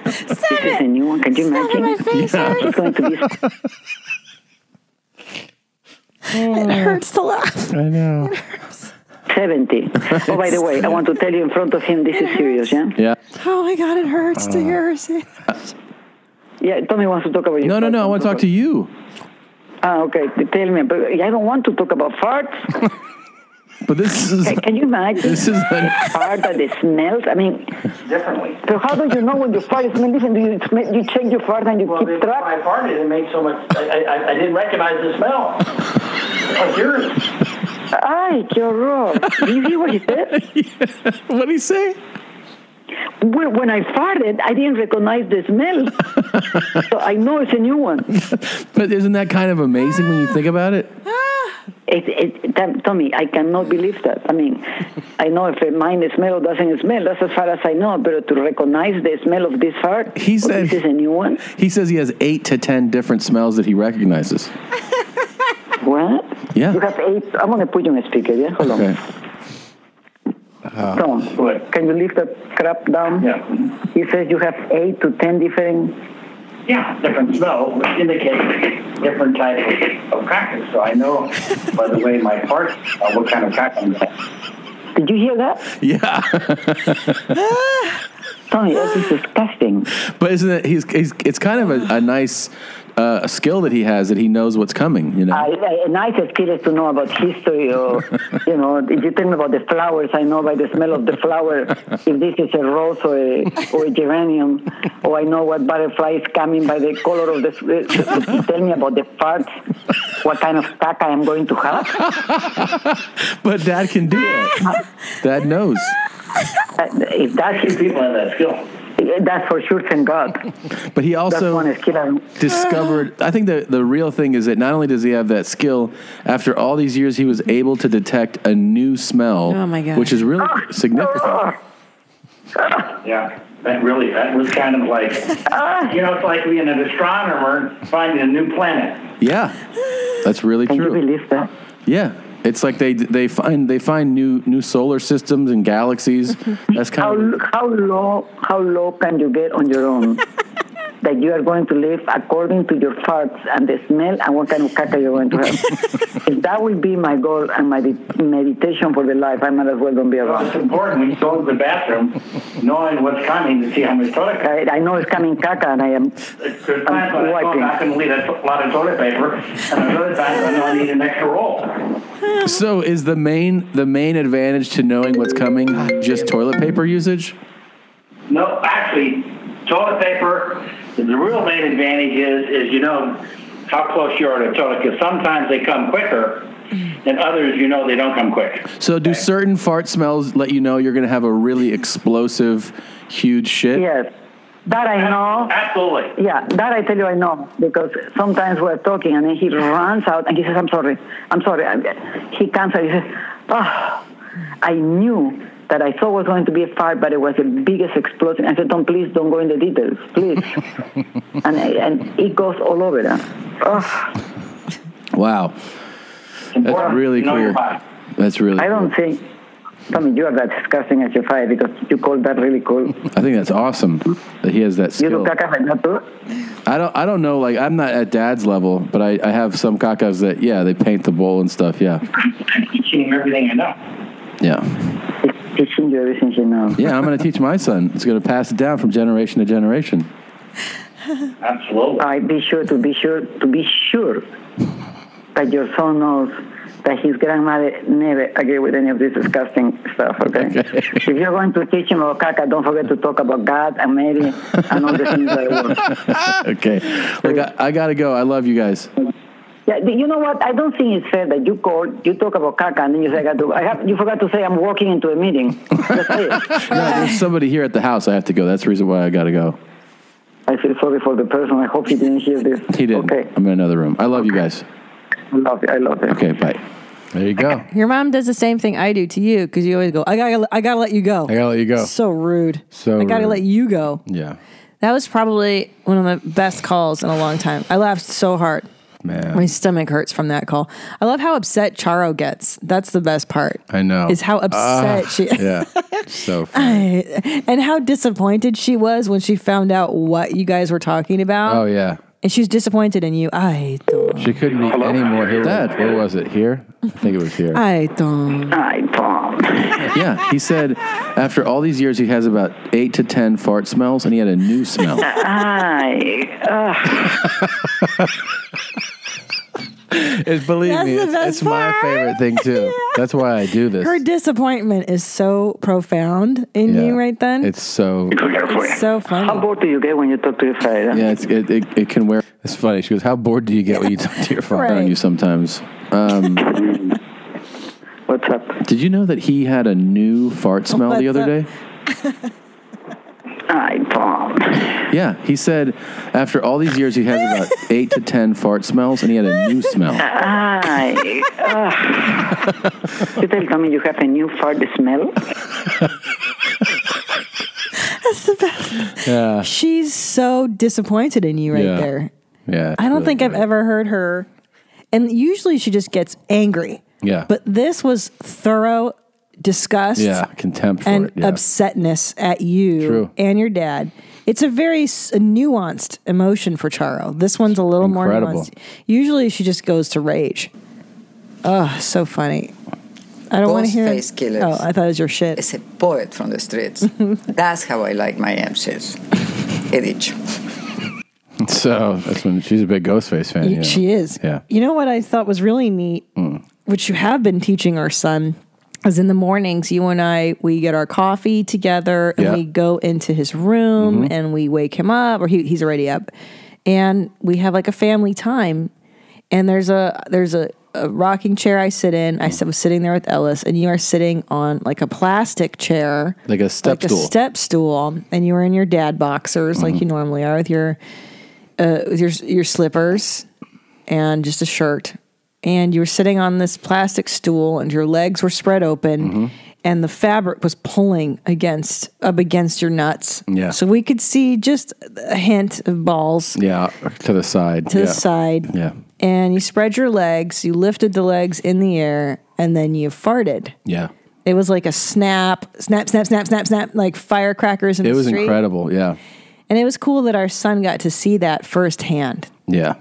this is a new one. Can you imagine? She's going to be
It hurts to laugh.
Oh. I know.
70. Oh, by the way, I want to tell you in front of him, this is serious, yeah?
Yeah.
Oh my God, it hurts to
Uh.
hear her say.
Yeah, Tommy wants to talk about you.
No, no, no. I want to talk to you.
Ah, okay, tell me. But I don't want to talk about farts.
But this is.
Can, can you imagine?
This is. The
fart that it smells. I mean, definitely. So, how do you know when your fart is smelling? Listen, do you, smell- you check your fart and you keep track? I farted, it made so much. I, I, I didn't recognize the smell. Like yours. Ay, qué horror. Do you hear what he said?
what did he say?
When when I farted, I didn't recognize the smell. so I know it's a new one.
But isn't that kind of amazing when you think about it?
It, it, Tom- Tommy, I cannot believe that. I mean, I know if mine smell or doesn't smell, that's as far as I know, but to recognize the smell of this fart, oh,
He said-
this is a new one.
He says he has eight to ten different smells that he recognizes.
What?
Yeah.
You have eight. I'm going to put you on speaker. Yeah. Hold on. Tom, look, can you leave that crap down? Yeah. He says you have eight to ten different.
Yeah, different smell which indicates different types of crackers. So I know by the way my parts uh, what kind of cracker I'm getting.
Did you hear that?
Yeah.
Tommy, that is disgusting.
But isn't it? He's, he's it's kind of a, a nice uh, skill that he has that he knows what's coming. You know.
I, I, and I just curious to know about history, or you know, if you tell me about the flowers, I know by the smell of the flower if this is a rose or a, or a geranium, or I know what butterfly is coming by the color of the. If you tell me about the farts, what kind of stack I am going to have.
but Dad can do it. Dad knows.
Uh, if that's
Few people have that skill.
that's for sure, thank God.
But he
That's
also
one skill. I'm-
discovered. I think the the real thing is that not only does he have that skill, after all these years, he was able to detect a new smell.
Oh, my God.
Which is really
Ah.
significant.
Yeah, that really, that was kind of like, you know, it's like being an astronomer finding a new planet.
Yeah, that's really true. Yeah, it's like they they find they find new new solar systems and galaxies. That's
How
kind of
how low how low can you get on your own that you are going to live according to your farts and the smell and what kind of caca you're going to have? if that will be my goal and my de- meditation for the life, I might as well don't be
So
around.
it's important when you go to the bathroom, knowing what's coming to see how much toilet paper.
I, I know it's coming caca, and I am.
There's times when I go, I'm not going to leave a to- lot of toilet paper, and there's other times I know I need an extra roll.
so is the main the main advantage to knowing what's coming just toilet paper usage.
No, actually, toilet paper. The real main advantage is is you know how close you are to toilet because sometimes they come quicker, and others you know they don't come quick.
So do certain fart smells let you know you're going to have a really explosive, huge shit?
Yes. That I know.
Absolutely.
Yeah, that I tell you I know because sometimes we're talking and then he runs out and he says, I'm sorry, I'm sorry. And He comes out, he says, oh, I knew that I thought was going to be a fire, but it was the biggest explosion. I said, don't, please don't go in the details, please. and, and it goes all over. us. Oh,
Wow, that's really
No,
clear.
you're fine.
That's really.
I don't think, Tommy, you are that disgusting as you fire because you call that really cool.
I think that's awesome that he has that
You
skill.
do caca like that too?
I don't. I don't know. Like I'm not at dad's level, but I, I have some cacas that yeah they paint the bowl and stuff. Yeah,
I'm teaching him everything I know.
yeah,
Teaching you everything you know.
yeah. I'm gonna teach my son. It's gonna pass it down from generation to generation.
Absolutely.
I be sure to be sure to be sure that your son knows that his grandmother never agreed with any of this disgusting stuff. Okay. if you're going to teach him about caca, don't forget to talk about God and Mary and all the things that work.
okay, look, I, I gotta go. I love you guys.
Yeah, but you know what? I don't think it's fair that you call, you talk about caca, and then you say, "I got to." I have, you forgot to say I'm walking into a meeting. Just say it.
No, there's somebody here at the house. I have to go. That's the reason why I gotta go.
I feel sorry for the person. I hope he didn't hear this.
He didn't. Okay. I'm in another room. I love you guys.
I love you. I love you.
Okay, bye. There you go.
Your mom does the same thing I do to you because you always go, I gotta, I gotta let you go.
I gotta let you go.
So rude.
So
I gotta
rude.
let you go.
Yeah,
That was probably one of the best calls in a long time. I laughed so hard.
Man.
My stomach hurts from that call. I love how upset Charo gets. That's the best part.
I know.
Is how upset
Ah,
she
Yeah, so
I- and how disappointed she was when she found out what you guys were talking about.
Oh, yeah.
And she's disappointed in you. I don't.
She couldn't be any more here. Dad, where was it? Here? I think it was here.
I don't.
I don't.
yeah, he said after all these years, he has about eight to ten fart smells, and he had a new smell.
I.
It's- believe
That's
me,
the
it's,
best
it's my favorite thing too. That's why I do this.
Her disappointment is so profound in you right then.
It's so
It's so funny.
How bored do you get when you talk to your father?
yeah. It's, it, it it can wear. It's funny. She goes, "How bored do you get when you talk to your father on
Right.
you sometimes?" Um,
What's up?
Did you know that he had a new fart smell the
What's
other
up?
day?
I bomb.
Yeah, he said after all these years, he has about eight to ten fart smells, and he had a new smell.
I.
Ah.
you tell me you have a new fart smell?
That's the best.
Yeah,
She's so disappointed in you right
Yeah.
there.
yeah.
I don't think I've ever heard her. And usually she just gets angry.
Yeah.
But this was thorough disgust
yeah, contempt for
and
it. Yeah.
upsetness at you
True.
and your dad. It's a very s- nuanced emotion for Charo. This one's a little
Incredible.
more nuanced. Usually she just goes to rage. Oh, so funny. I don't want to hear
Ghostface killers.
Oh, I thought it was your shit.
It's a poet from the streets. That's how I like my MCs. Edith.
So that's when she's a big Ghostface fan.
Y-
yeah.
She is.
Yeah.
You know what I thought was really neat, which you have been teaching our son, is in the mornings, you and I, we get our coffee together and
Yeah. Mm-hmm.
we go into his room and we wake him up, or he, he's already up, and we have like a family time. And there's a there's a, a rocking chair I sit in.
Mm.
I sit- was sitting there with Ellis, and you are sitting on like a plastic chair,
Like a step
like
stool. Mm-hmm.
a step stool, and you were in your dad boxers like you normally are with your uh, with your your slippers and just a shirt, and you were sitting on this plastic stool, and your legs were spread open,
Mm-hmm.
and the fabric was pulling against up against your nuts.
Yeah.
so we could see just a hint of balls
yeah. To the side.
to
yeah.
the side,
Yeah.
and you spread your legs, you lifted the legs in the air, and then you farted.
Yeah.
It was like a snap, snap, snap, snap, snap, snap, like firecrackers in
It
the
was
street.
incredible. Yeah.
And it was cool that our son got to see that firsthand.
Yeah.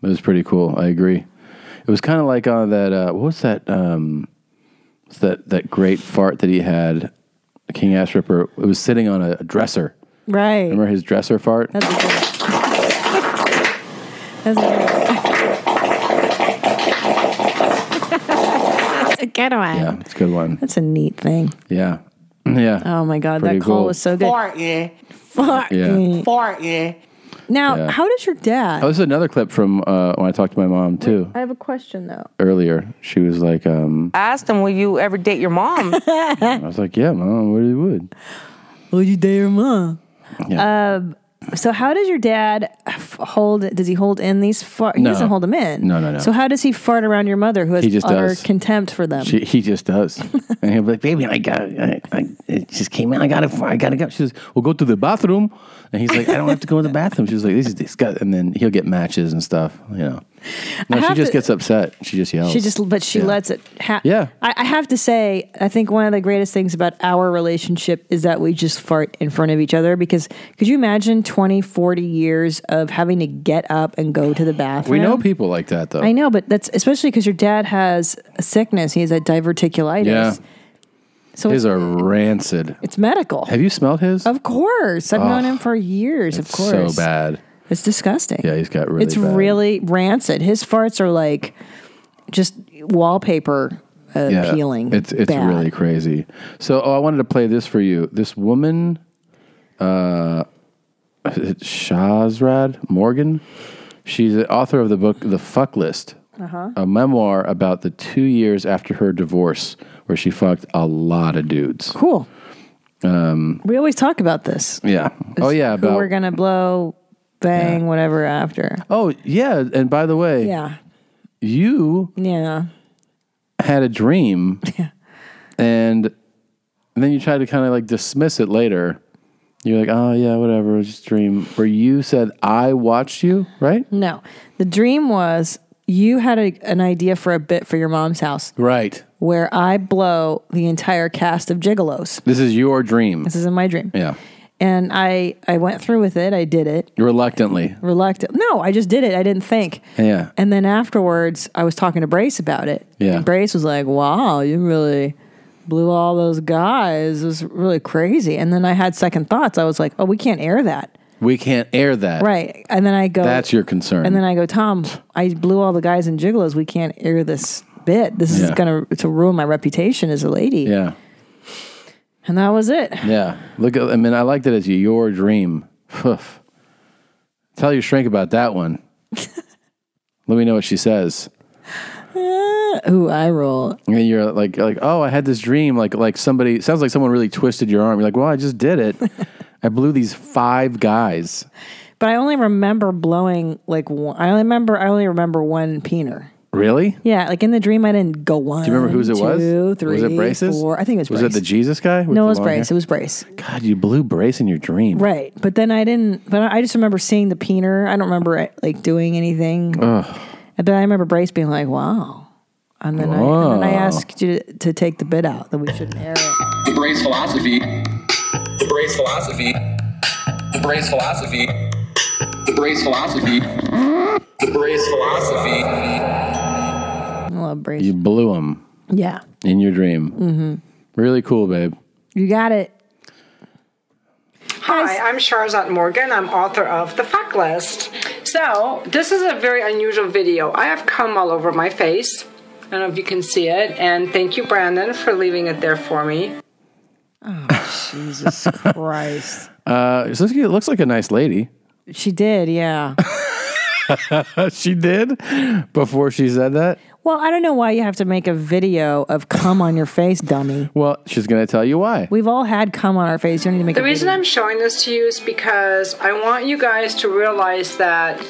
It was pretty cool. I agree. It was kind of like on that, uh, what was that, um, what's that, that great fart that he had, King Ass Ripper. It was sitting on a, a dresser.
Right.
Remember his dresser fart?
That's a good That's
a, that's a good one.
Yeah, it's a good one.
That's a neat thing.
Yeah. Yeah.
Oh my God,
Pretty
that call
cool.
was so good. Fart, yeah. Fart,
Yeah.
yeah. Now,
Yeah.
how does your dad?
Oh, this is another clip from uh, when I talked to my mom too
I have a question though.
earlier. She was like, um,
I asked him, "Will you ever date your mom?"
I was like, yeah, mom, what do you would?
Will you date your mom? Um, so how does your dad f- hold? Does he hold in these fart? He
No.
doesn't hold them in.
No, no, no.
So how does he fart around your mother, who has
He just
utter
does.
contempt for them?
She, he just does. and he'll be like, baby, I got, I, I, it just came out. I got to, I got to go. She says, well, go to the bathroom. And he's like, I don't have to go to the bathroom. She's like, this is disgusting. And then he'll get matches and stuff, you know.
I
No, she
have
just
to-
gets upset. She just yells.
She just, but she
Yeah.
lets it happen.
Yeah.
I, I have to say, I think one of the greatest things about our relationship is that we just fart in front of each other because could you imagine 20, 40 years of having to get up and go to the bathroom?
We know people like that though.
I know, but that's especially because your dad has a sickness. He has a diverticulitis.
Yeah.
So
His
it's,
are rancid.
it's medical.
Have you smelled his?
Of course. I've
Oh,
known him for years, of course.
So bad.
It's disgusting.
Yeah, he's got really
it's
bad.
really rancid. His farts are like just wallpaper uh, peeling.
It's it's
bad.
really crazy. So oh, I wanted to play this for you. This woman, uh, is it Shazrad Morgan. She's the author of the book The Fuck List,
Uh-huh.
a memoir about the two years after her divorce, where she fucked a lot of dudes.
Cool.
Um,
We always talk about this.
yeah. Oh yeah.
who
About
we're gonna blow, bang, whatever after.
oh yeah. And by the way,
Yeah,
you
yeah.
had a dream and then you try to kind of like dismiss it later. You're like, oh, yeah, whatever, it was just a dream. Where you said, I watched you, right?
No, the dream was you had a, an idea for a bit for your mom's house
Right.
where I blow the entire cast of Gigolos.
This is your dream.
This is in my dream,
yeah.
and I I went through with it. I did it
Reluctantly.
reluctant. No, I just did it. I didn't think.
Yeah.
And then afterwards, I was talking to Brace about it.
Yeah.
And Brace was like, wow, you really blew all those guys. It was really crazy. And then I had second thoughts. I was like, oh, we can't air that.
We can't air that.
right. And then I go,
That's your concern.
And then I go, Tom, I blew all the guys in Gigolos. We can't air this bit. This is
Yeah.
going to to ruin my reputation as a lady.
yeah.
And that was it.
Yeah. Look, at- I mean, I like that it's your dream. Hoof. Tell your shrink about that one. Let me know what she says.
Uh, Ooh, I roll.
And you're like, like, oh, I had this dream. Like, like somebody sounds like someone really twisted your arm. You're like, well, I just did it. I blew these five guys.
But I only remember blowing like one. I only remember I only remember one peener.
Really?
Yeah, like in the dream, I didn't go one.
Do you remember whose it was?
two, three,
was it braces?
four. I think it was.
Was
brace.
it the Jesus guy? with
No,
the
it was
long
brace. It
hair?
was brace.
God, you blew brace in your dream.
Right, but then I didn't. But I just remember seeing the peener. I don't remember like doing anything.
Ugh.
But I remember Brace being like, wow. And then, I, and then I
Wow.
asked you to, to take the bid out that we shouldn't air it.
The Brace philosophy. The Brace philosophy. The Brace philosophy. The Brace philosophy. The Brace philosophy.
I love Brace.
You blew him
Yeah.
in your dream.
Mm-hmm.
Really cool, babe.
You got it.
Hi, I'm Sharzat Morgan. I'm author of The Fuck List. So, this is a very unusual video. I have cum all over my face. I don't know if you can see it. And thank you, Brandon, for leaving it there for me.
Oh, Jesus Christ.
Uh, so this kid looks like a nice lady.
She did, yeah.
she did before she said that.
Well, I don't know why you have to make a video of cum on your face, dummy.
Well, she's going to tell you why.
We've all had cum on our face. You don't need to make
The
a video.
reason I'm showing this to you is because I want you guys to realize that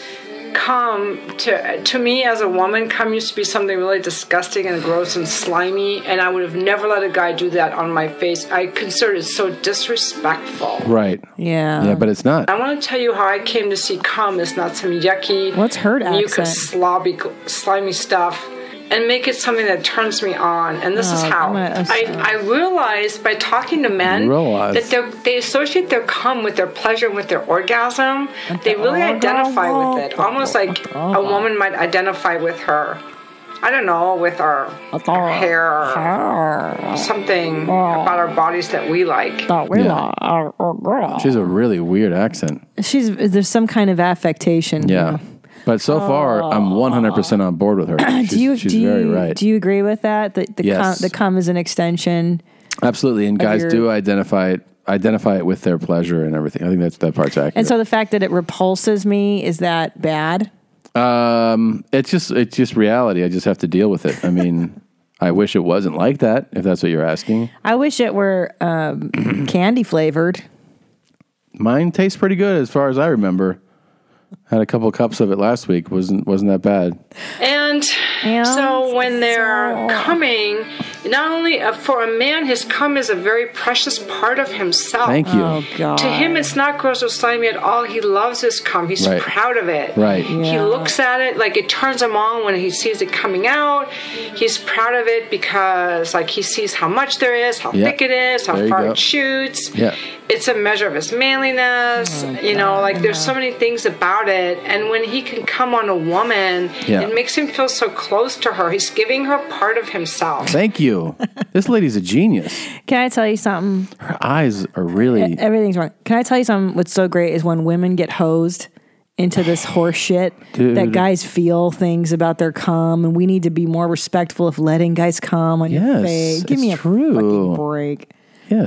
cum to to me as a woman cum used to be something really disgusting and gross and slimy and I would have never let a guy do that on my face. I consider it so disrespectful.
Right.
Yeah.
Yeah, but it's not.
I want to tell you how I came to see cum is not some yucky,
What's her
mucus,
accent?
slobby, slimy stuff, and make it something that turns me on. And this is
Oh,
how
I'm gonna-
I, I realized by talking to men
Realize.
that they're- they associate their cum with their pleasure and with their orgasm. They really identify with it, almost like a woman might identify with her. I don't know, with our, our hair or something about our bodies that we like.
Yeah. She's a really weird accent.
She's there's some kind of affectation.
Yeah. But so far, I'm 100% on board with her. She's,
do you
she's
do you,
very right.
do you agree with that? That the
Yes.
cum, the cum is an extension.
Absolutely. And
of
guys
your-
do identify it, identify it with their pleasure and everything. I think that's that part's accurate.
And so the fact that it repulses me is that bad?
Um, it's just it's just reality. I just have to deal with it. I mean, I wish it wasn't like that. If that's what you're asking,
I wish it were um, candy flavored.
mine tastes pretty good as far as I remember. Had a couple cups of it last week. wasn't wasn't that bad.
And, so when they're coming, not only uh, for a man, his cum is a very precious part of himself.
Thank you. Oh, God.
To him, it's not gross or slimy at all. He loves his cum. He's
Right.
proud of it.
Right.
He
Yeah.
looks at it like it turns him on when he sees it coming out. He's proud of it because like he sees how much there is, how
Yeah.
thick it is, how
There you
far
go.
it shoots
Yeah.
it's a measure of his manliness you know like there's so many things about it and when he can come on a woman
Yeah.
it makes him feel so close to her he's giving her part of himself
Thank you. this lady's a genius.
Can I tell you something?
Her eyes are really
E- Everything's wrong. Can I tell you something? What's so great is when women get hosed into this horse shit
Dude.
that guys feel things about their cum, and we need to be more respectful of letting guys cum on your
Yes,
face. Give me a
it's true.
fucking break.
Yes,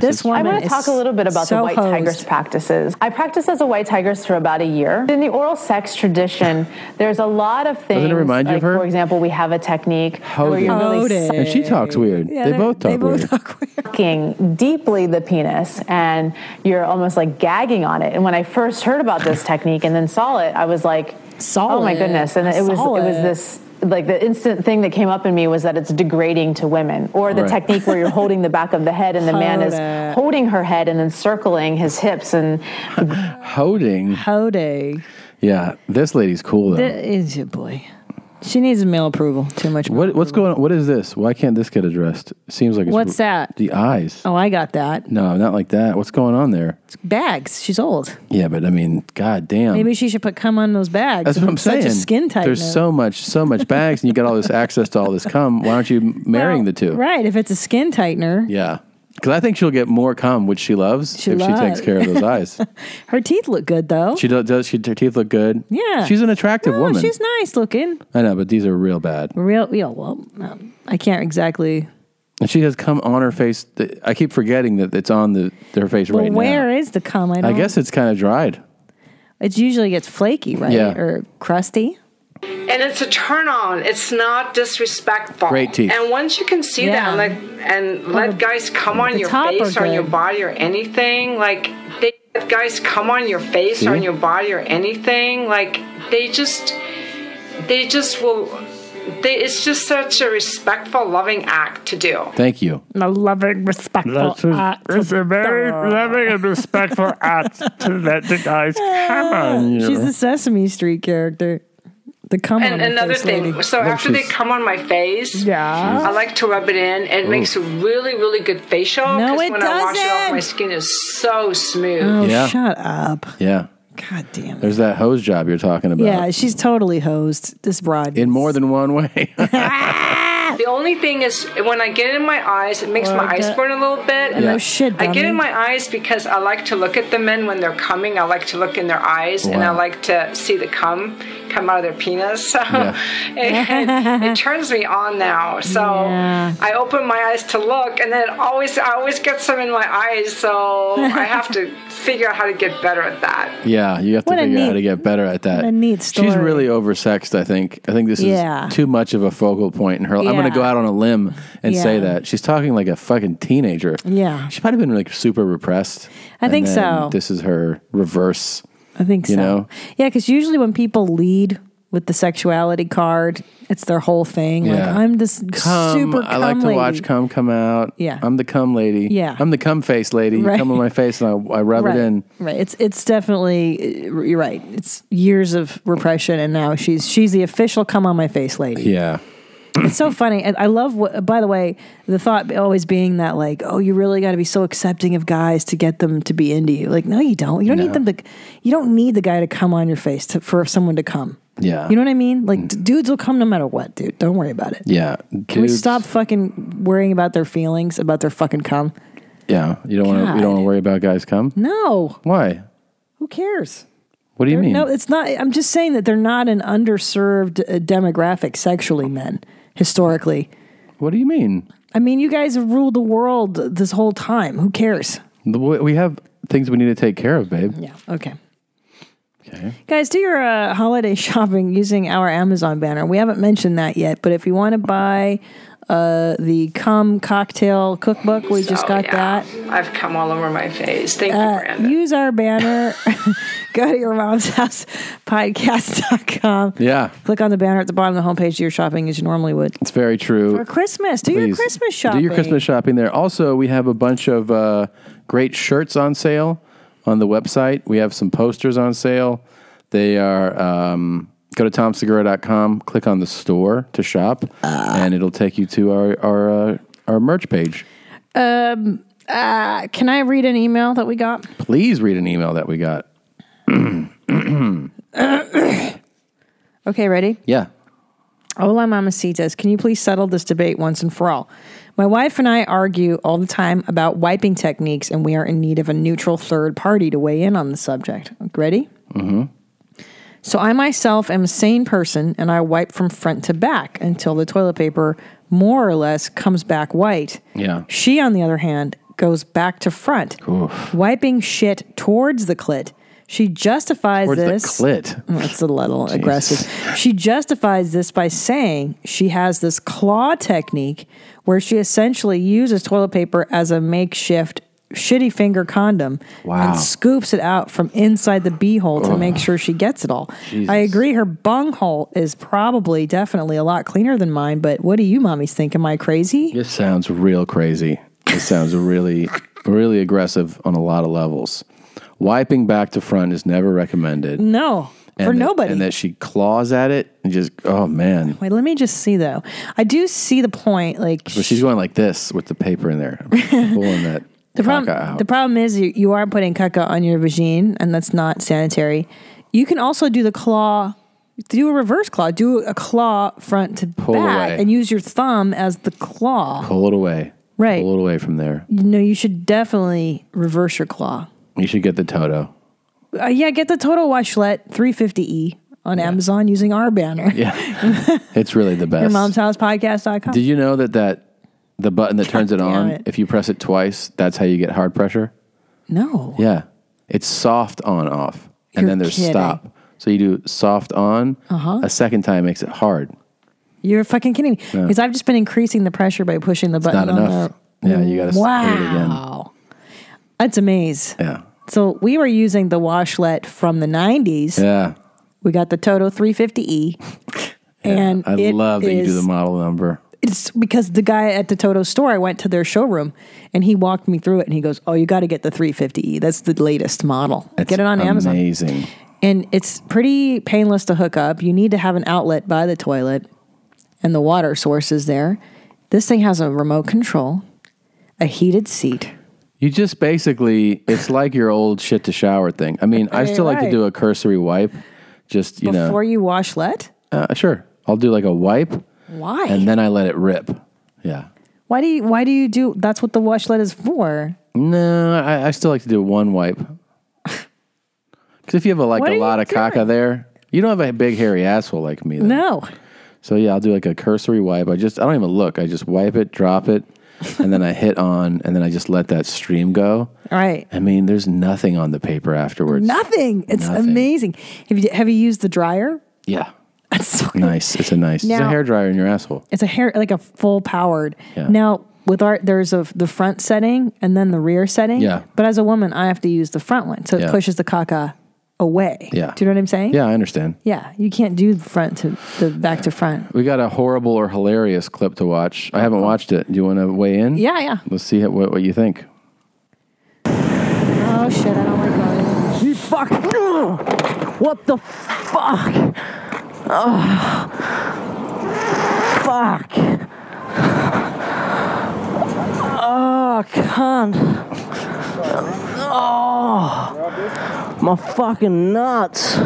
this
I
woman.
want to
is
talk a little bit about
so
the white
hosed.
tigress practices. I practiced as a white tigress for about a year. In the oral sex tradition, there's a lot of things.
Doesn't it remind you
like,
of her?
For example, we have a technique where
Holding.
you're really
And she talks weird.
Yeah,
they
they're-
both talk
they both
weird.
sucking deeply the penis and you're almost like gagging on it. And when I first heard about this technique and then saw it, I was like, "Oh my
it.
goodness!" And
I
it was
saw
it was
it.
this like the instant thing that came up in me was that it's degrading to women, or the
Right.
technique where you're holding the back of the head and the man
Hold
is
it.
holding her head and then circling his hips and
Holding.
Howdy.
Yeah, this lady's cool though.
That is your boy. She needs male approval. Too much.
what what's going on? What is this? Why can't this get addressed? Seems like it's
What's that?
The eyes.
Oh, I got that.
No, not like that. What's going on there?
Bags. She's old.
Yeah, but I mean, god damn.
Maybe she should put cum on those bags.
That's what I'm
Such
saying.
A skin type.
There's so much, so much bags, and you got all this access to all this cum. Why aren't you m- marrying the two?
Right. If it's a skin tightener,
Yeah, because I think she'll get more cum, which she loves,
She
if
loves.
she takes care of those eyes.
her teeth look good though.
she does. does she, her teeth look good.
yeah.
she's an attractive
No,
woman.
She's nice looking.
I know, but these are real bad.
Real. Yeah. Well, um, I can't exactly.
And she has cum on her face. Th- I keep forgetting that it's on the her face
Well,
right
where is the cum? I,
now. I,
don't-
guess it's kind of dried.
it usually gets flaky, right?
Yeah.
Or crusty.
and it's a turn on it's not disrespectful
Great teeth.
and once you can see
Yeah.
that and let, and let guys come on
the
your
top
face
are
or on your
good.
body or anything like they let guys come on your face or
See?
on your body or anything like they just they just will they, it's just such a respectful loving act to do
Thank you.
A loving, respectful
That's a- act it's a very loving and respectful act to let the guys come on you.
Uh,
She's a Sesame Street character. The cum
and
on the
another
first
thing,
lady.
so after they come on my face,
Yeah.
I like to rub it in. It
Ooh.
makes a really, really good facial.
No,
'cause
it
when I wash it off, my
doesn't.
skin is so smooth.
Oh,
Yeah.
shut up.
Yeah.
God damn.
There's that hose job you're talking about.
Yeah, she's totally hosed. This broad.
In more than one way.
The only thing is when I get it in my eyes, it makes
Well,
my
I
eyes
get-
burn a little bit.
Yeah. No shit,
I get it in
dummy.
my eyes because I like to look at the men when they're coming. I like to look in their eyes and I
Wow.
like to see the cum come out of their penis. So
Yeah.
it, it turns me on now. So I open my eyes to look and then always I always get some in my eyes. So I have to figure out how to get better at that.
yeah, you have to
What a
figure out how
neat-
to get better at that.
what a neat
She's
story.
really oversexed, I think. I think this is
Yeah.
too much of a focal point in her. I'm going
Yeah.
to go out on a limb and say
Yeah.
that. She's talking like a fucking teenager.
Yeah.
She might have been like super repressed.
I
And
think
then
so.
This is her reverse.
I think
You
so.
know?
Yeah, because usually when people lead with the sexuality card, it's their whole thing.
Yeah.
Like I'm this
Cum.
super.
I like
cum
to
lady.
watch cum come out.
Yeah.
I'm the cum lady.
Yeah.
I'm the cum face lady. You
Right.
come on my face and I, I rub
right.
it in.
Right. It's it's definitely uh, you're right. It's years of repression, and now she's she's the official come on my face lady.
Yeah.
it's so funny. And I love what. By the way, the thought always being that like, oh, you really got to be so accepting of guys to get them to be into you. Like, no, you don't. You don't need them to. You don't need the guy to come on your face to, for someone to come.
Yeah.
You know what I mean? Like, d- dudes will come no matter what, dude. Don't worry about it.
Yeah.
Can we
Dudes-
stop fucking worrying about their feelings about their fucking cum?
Yeah. You don't want to. You don't want to worry about guys cum.
No.
Why?
Who cares?
What do you
They're-
mean?
No, it's not. I'm just saying that they're not an underserved uh, demographic sexually, men, historically.
What do you mean?
I mean, you guys have ruled the world this whole time. Who cares?
The- we we have things we need to take care of, babe.
Yeah. Okay.
Okay.
Guys, do your uh, holiday shopping using our Amazon banner. We haven't mentioned that yet, but if you want to buy uh, the Cum Cocktail Cookbook, we just
So,
got
yeah,
that.
I've come all over my face. Thank you,
Uh,
Brandon.
use our banner. Go to your mom's house podcast.com.
Yeah.
Click on the banner at the bottom of the homepage. Do your shopping as you normally would.
It's very true.
For Christmas. Do your
Please,
Christmas shopping.
Do your Christmas shopping there. Also, we have a bunch of uh, great shirts on sale on the website. We have some posters on sale. They are um, go to tomsegura.com, click on the store to shop,
Ah.
and it'll take you to our our uh, our merch page.
Um, uh, can I read an email that we got?
Please read an email that we got.
Okay, ready?
yeah.
Hola, mamacitas. Can you please settle this debate once and for all? My wife and I argue all the time about wiping techniques, and we are in need of a neutral third party to weigh in on the subject. Ready?
Mm-hmm.
So I myself am a sane person and I wipe from front to back until the toilet paper more or less comes back white.
Yeah.
She, on the other hand, goes back to front, wiping shit towards the clit. She justifies
Towards the
this.
clit.
Oh, That's a little aggressive. She justifies this by saying she has this claw technique where she essentially uses toilet paper as a makeshift shitty finger condom
Wow.
and scoops it out from inside the beehole to make sure she gets it all. I agree her bunghole is probably definitely a lot cleaner than mine, but what do you mommies think? Am I crazy?
This sounds real crazy. It sounds really, really aggressive on a lot of levels. Wiping back to front is never recommended.
No.
And
for
that-
nobody.
And that she claws at it and just, oh man.
Wait, let me just see though. I do see the point. Like
So she's going like this with the paper in there, pulling that
The
caca
problem,
out.
the problem is you, you are putting caca on your vagine, and that's not sanitary. You can also do the claw, do a reverse claw, do a claw front to
Pull
back,
away.
and use your thumb as the claw.
Pull it away.
Right.
Pull it away from there.
You know, you should definitely reverse your claw.
You should get the Toto.
Uh, yeah, get the Total Washlet 350E E on Amazon using our banner.
Yeah. it's really the
Your
best.
mom's house podcast.com.
Did you know that that the button that turns it on,
it.
if you press it twice, that's how you get hard pressure?
no.
Yeah. It's soft on off. And
You're
then there's
kidding.
stop. So you do soft on.
Uh-huh.
A second time makes it hard.
You're fucking kidding me.
No.
Because I've just been increasing the pressure by pushing the
It's
button
not
on
enough.
the
Yeah, you got to hit it again.
Wow. That's a maze.
Yeah.
So we were using the washlet from the 90s.
Yeah.
We got the Toto 350E. and
I
it
love that you do the
is-
model number.
It's because the guy at the Toto store, I went to their showroom and he walked me through it and he goes, Oh, you got to get the 350E. That's the E. latest model.
It's
get it on Amazon.
Amazing.
and it's pretty painless to hook up. You need to have an outlet by the toilet, and the water source is there. This thing has a remote control, a heated seat.
You just basically, it's like your old shit to shower thing. I mean, I
Hey,
still like to
right.
do a cursory wipe, just, you
Before you wash, let.
know. Uh, sure. I'll do like a wipe.
Why?
And then I let it rip. Yeah.
Why do you? Why do you do? That's what the washlet is for.
No, I, I still like to do one wipe. Because if you have a, like
What
a
are
lot
you
of caca there, you don't have a big hairy asshole like me. Then.
No.
So yeah, I'll do like a cursory wipe. I just I don't even look. I just wipe it, drop it, and then I hit on, and then I just let that stream go.
All right.
I mean, there's nothing on the paper afterwards.
Nothing. It's
Nothing.
amazing. Have you have you used the dryer?
Yeah.
That's so
nice. It's a nice. it's a
Now-
hair dryer in your asshole.
It's a hair like a full powered.
Yeah.
Now with art, there's a the front setting and then the rear setting.
Yeah.
But as a woman, I have to use the front one, so it
Yeah.
pushes the caca away.
Yeah.
Do you know what I'm saying?
Yeah, I understand.
Yeah. You can't do the front to the back to front.
We got a horrible or hilarious clip to watch. I haven't watched it. Do you want to weigh in?
Yeah, yeah.
Let's see what, what you think.
Oh shit! I don't like that.
You fuck. What the fuck? Oh. Fuck. Oh, cunt. Oh. My fucking nuts.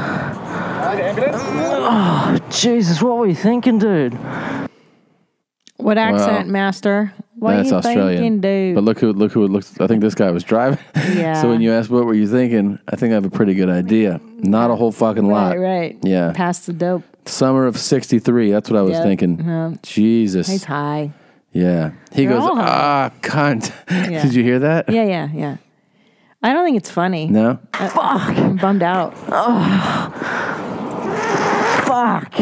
Oh, Jesus, what were you thinking, dude?
What accent, master? What
That's
are you
Australian.
thinking, dude?
But look who look who it looks. I think this guy was driving.
Yeah.
so when you ask what were you thinking, I think I have a pretty good idea. Not a whole fucking lot.
Right, right.
Yeah.
Past the dope.
Summer of '63. That's what I was
Yep.
thinking.
Yeah.
Jesus.
He's high.
Yeah. He
They're
goes,
all
ah, cunt.
Yeah.
Did you hear that?
Yeah, yeah, yeah. I don't think it's funny.
No.
I, I'm bummed out.
Oh. Fuck.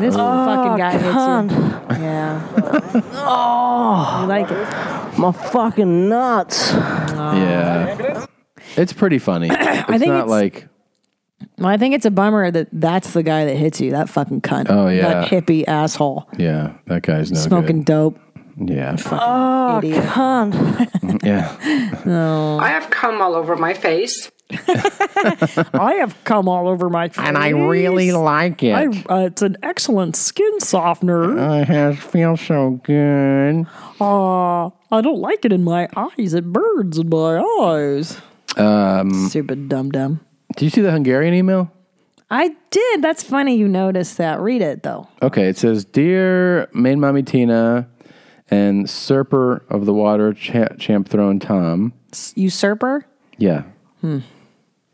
This fucking guy hits you.
you. Yeah. oh.
You like it?
My fucking nuts.
Yeah. It's pretty funny. It's
think
not
it's-
like
Well, I think it's a bummer that that's the guy that hits you. That fucking cunt.
Oh, yeah.
That hippie asshole.
yeah, that guy's no
smoking dope.
Good. Yeah.
Oh,
idiot.
yeah.
No.
I have cum all over my face.
I have cum all over my face.
And I really like it.
I, uh, it's an excellent skin softener.
Uh, it has, feels so good.
Uh, I don't like it in my eyes. It burns in my eyes.
Um,
Stupid dumb dumb.
Did you see the Hungarian email?
I did. That's funny you noticed that. Read it, though.
Okay, it says, "Dear Main Mommy Tina and Serper of the Water cha- Champ Throne Tom."
Usurper?
Yeah.
Hmm.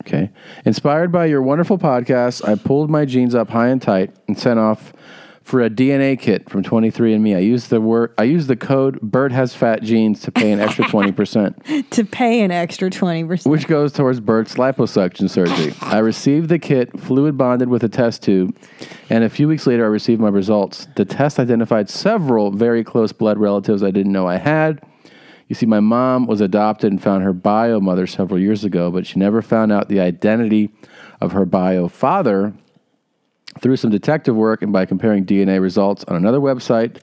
Okay. Inspired by your wonderful podcast, I pulled my jeans up high and tight and sent off for a DNA kit from 23andMe. I used the word I used the code Bird has fat jeans to pay an extra 20%.
to pay an extra 20%.
Which goes towards Bert's liposuction surgery. I received the kit, fluid bonded with a test tube, and a few weeks later I received my results. The test identified several very close blood relatives I didn't know I had. You see, my mom was adopted and found her bio mother several years ago, but she never found out the identity of her bio father through some detective work and by comparing DNA results on another website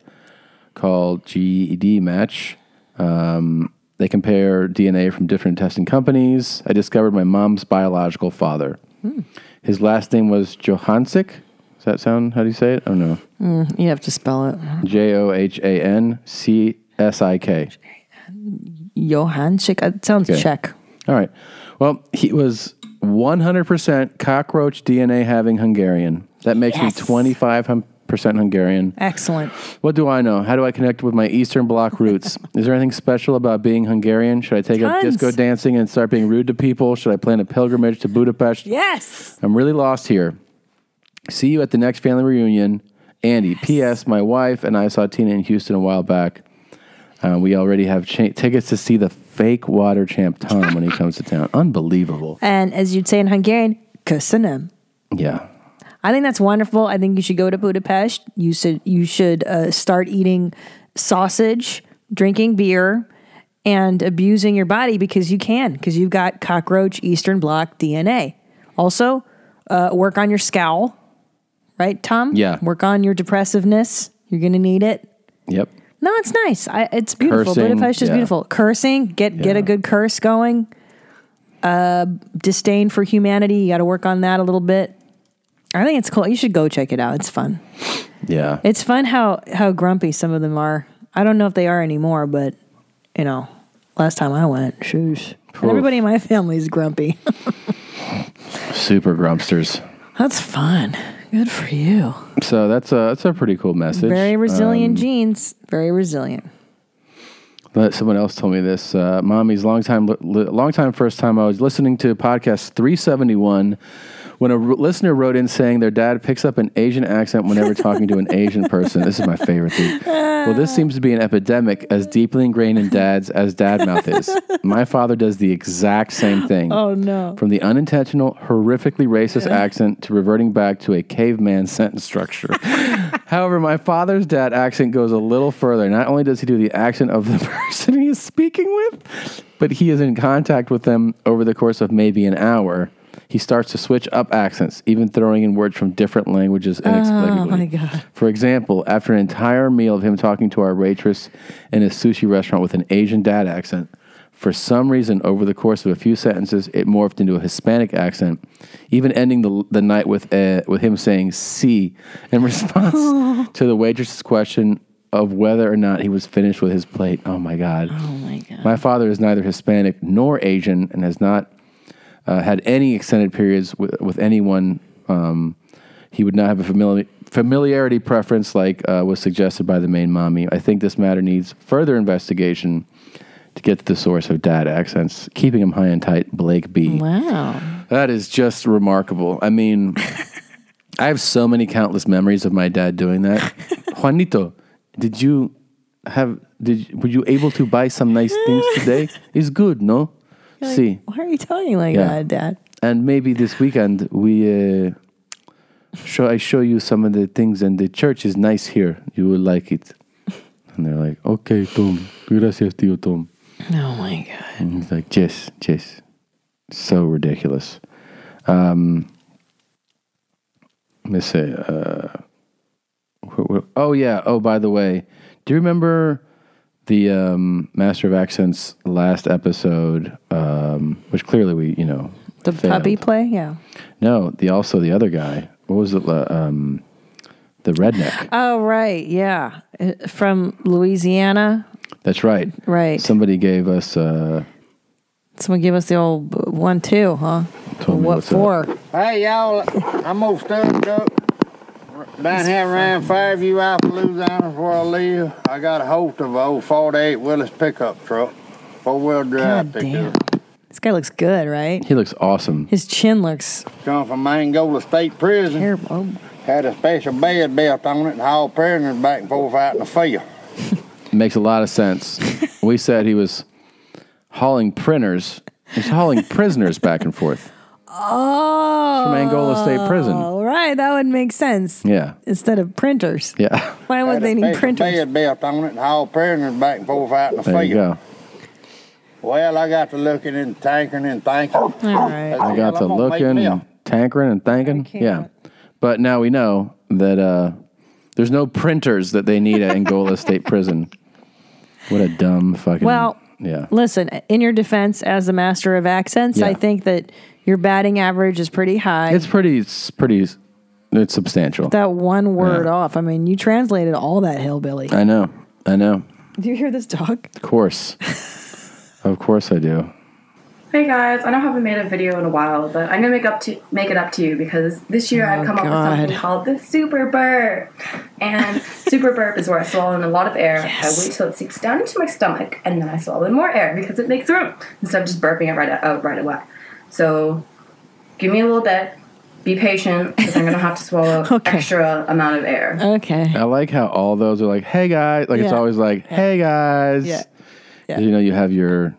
called GED Match. Um, they compare DNA from different testing companies. I discovered my mom's biological father.
Hmm.
His last name was Johansik. Does that sound? How do you say it? I don't know.
Mm, you have to spell it.
J O H A N C S I K.
Johanschik. It Uh, sounds
Okay.
Czech.
All right. Well, he was 100% cockroach DNA having Hungarian. That makes
Yes.
me 25% Hungarian.
Excellent.
What do I know? How do I connect with my Eastern Bloc roots? Is there anything special about being Hungarian? Should I take up
Tons.
disco dancing and start being rude to people? Should I plan a pilgrimage to Budapest?
Yes.
I'm really lost here. See you at the next family reunion. Andy, P.S. My wife and I saw Tina in Houston a while back. Uh, we already have cha- tickets to see the fake water champ Tom when he comes to town. Unbelievable.
And as you'd say in Hungarian, köszönöm.
Yeah.
I think that's wonderful. I think you should go to Budapest. You should you should uh, start eating sausage, drinking beer, and abusing your body because you can because you've got cockroach Eastern Bloc DNA. Also, uh, work on your scowl, right, Tom?
Yeah.
Work on your depressiveness. You're gonna need it.
Yep.
No, it's nice. I, it's beautiful.
Cursing,
Budapest is
yeah.
beautiful. Cursing, get get a good curse going. Uh, disdain for humanity. You got to work on that a little bit. I think it's cool. You should go check it out. It's fun.
Yeah.
It's fun how how grumpy some of them are. I don't know if they are anymore, but you know, last time I went, shoes.
Oof.
Everybody in my family is grumpy.
Super grumpsters.
That's fun. Good for you.
So that's a that's a pretty cool message.
Very resilient
Um,
genes. Very resilient.
But someone else told me this. Uh, mommy's long time, li- long time, first time. I was listening to podcast three seventy one when a r- listener wrote in saying their dad picks up an Asian accent whenever talking to an Asian person. This is my favorite dude. Well, this seems to be an epidemic as deeply ingrained in dads as dad mouth is. My father does the exact same thing.
Oh, no.
From the unintentional, horrifically racist accent to reverting back to a caveman sentence structure. However, my father's dad accent goes a little further. Not only does he do the accent of the person he is speaking with, but he is in contact with them over the course of maybe an hour. He starts to switch up accents, even throwing in words from different languages inexplicably.
Oh my god.
For example, after an entire meal of him talking to our waitress in a sushi restaurant with an Asian dad accent, for some reason, over the course of a few sentences, it morphed into a Hispanic accent, even ending the, the night with, uh, with him saying "see" in response to the waitress's question of whether or not he was finished with his plate. Oh my god! Oh my god! My father is neither Hispanic nor Asian, and has not uh, had any extended periods with, with anyone, um, he would not have a famili- familiarity preference like uh, was suggested by the main mommy. I think this matter needs further investigation to get to the source of dad accents. Keeping him high and tight, Blake B.
Wow.
That is just remarkable. I mean, I have so many countless memories of my dad doing that. Juanito, did you have, did, were you able to buy some nice things today? It's good, no?
You're like,
See.
Why are you talking like
Yeah.
that, Dad?
And maybe this weekend we uh, show I show you some of the things, and the church is nice here. You will like it. And they're like, "Okay, Tom, gracias, tío Tom."
Oh my god.
And he's like, "Yes, yes." So ridiculous. Um, let me say. Uh, wh- wh- oh yeah. Oh, by the way, do you remember the um, Master of Accents last episode, um, which clearly we, you know,
The
failed.
puppy play? Yeah.
No, the also the other guy. What was it? uh, Um, the redneck.
Oh right, yeah. Uh, From Louisiana.
That's right.
Right.
Somebody gave us. Uh,
Someone give us the old b- one too, huh?
told me
what
what's up.
for?
Hey y'all, I'm all stuffed up down here around Fairview, Appaloosa, where I live. I got a hold of an old 48 Willis pickup truck, four wheel drive pickup.
This guy looks good, right?
He looks awesome.
His chin looks.
Come from Angola State Prison. Had a special bed belt on it and hauled prisoners back and forth out in the field.
Makes a lot of sense. we said he was hauling printers. He's hauling prisoners back and forth.
Oh.
From Angola State Prison.
All right, that would make sense.
Yeah.
Instead of printers.
Yeah.
Why would
Had
they
a
need
special
printers?
bed belt on it and hauled prisoners back and forth out in the
There
field.
you go.
Well, I got to looking and tankering and thinking. All right.
I got to looking and tankering and thinking. Yeah. But now we know that uh, there's no printers that they need at Angola State Prison. What a dumb fucking.
Well,
yeah.
Listen, in your defense as the master of accents, I
Yeah.
think that your batting average is pretty high.
It's pretty, it's pretty, it's substantial.
that one word
Yeah.
off. I mean, you translated all that hillbilly.
I know. I know.
Do you hear this dog?
Of course. of course I do.
Hey guys, I know I haven't made a video in a while, but I'm gonna make up to make it up to you because this year I've come up with something
Oh, God.
called the super burp. And super burp is where I swallow in a lot of air. I wait till it sinks down into my stomach, and then I swallow in more air because it makes room instead of just burping it right out right away. So give me a little bit. Be patient because I'm gonna have to swallow extra amount of air.
Okay.
I like how all those are like, hey guys. Like it's
Yeah.
always like, hey guys.
Yeah.
'Cause, You know, you have your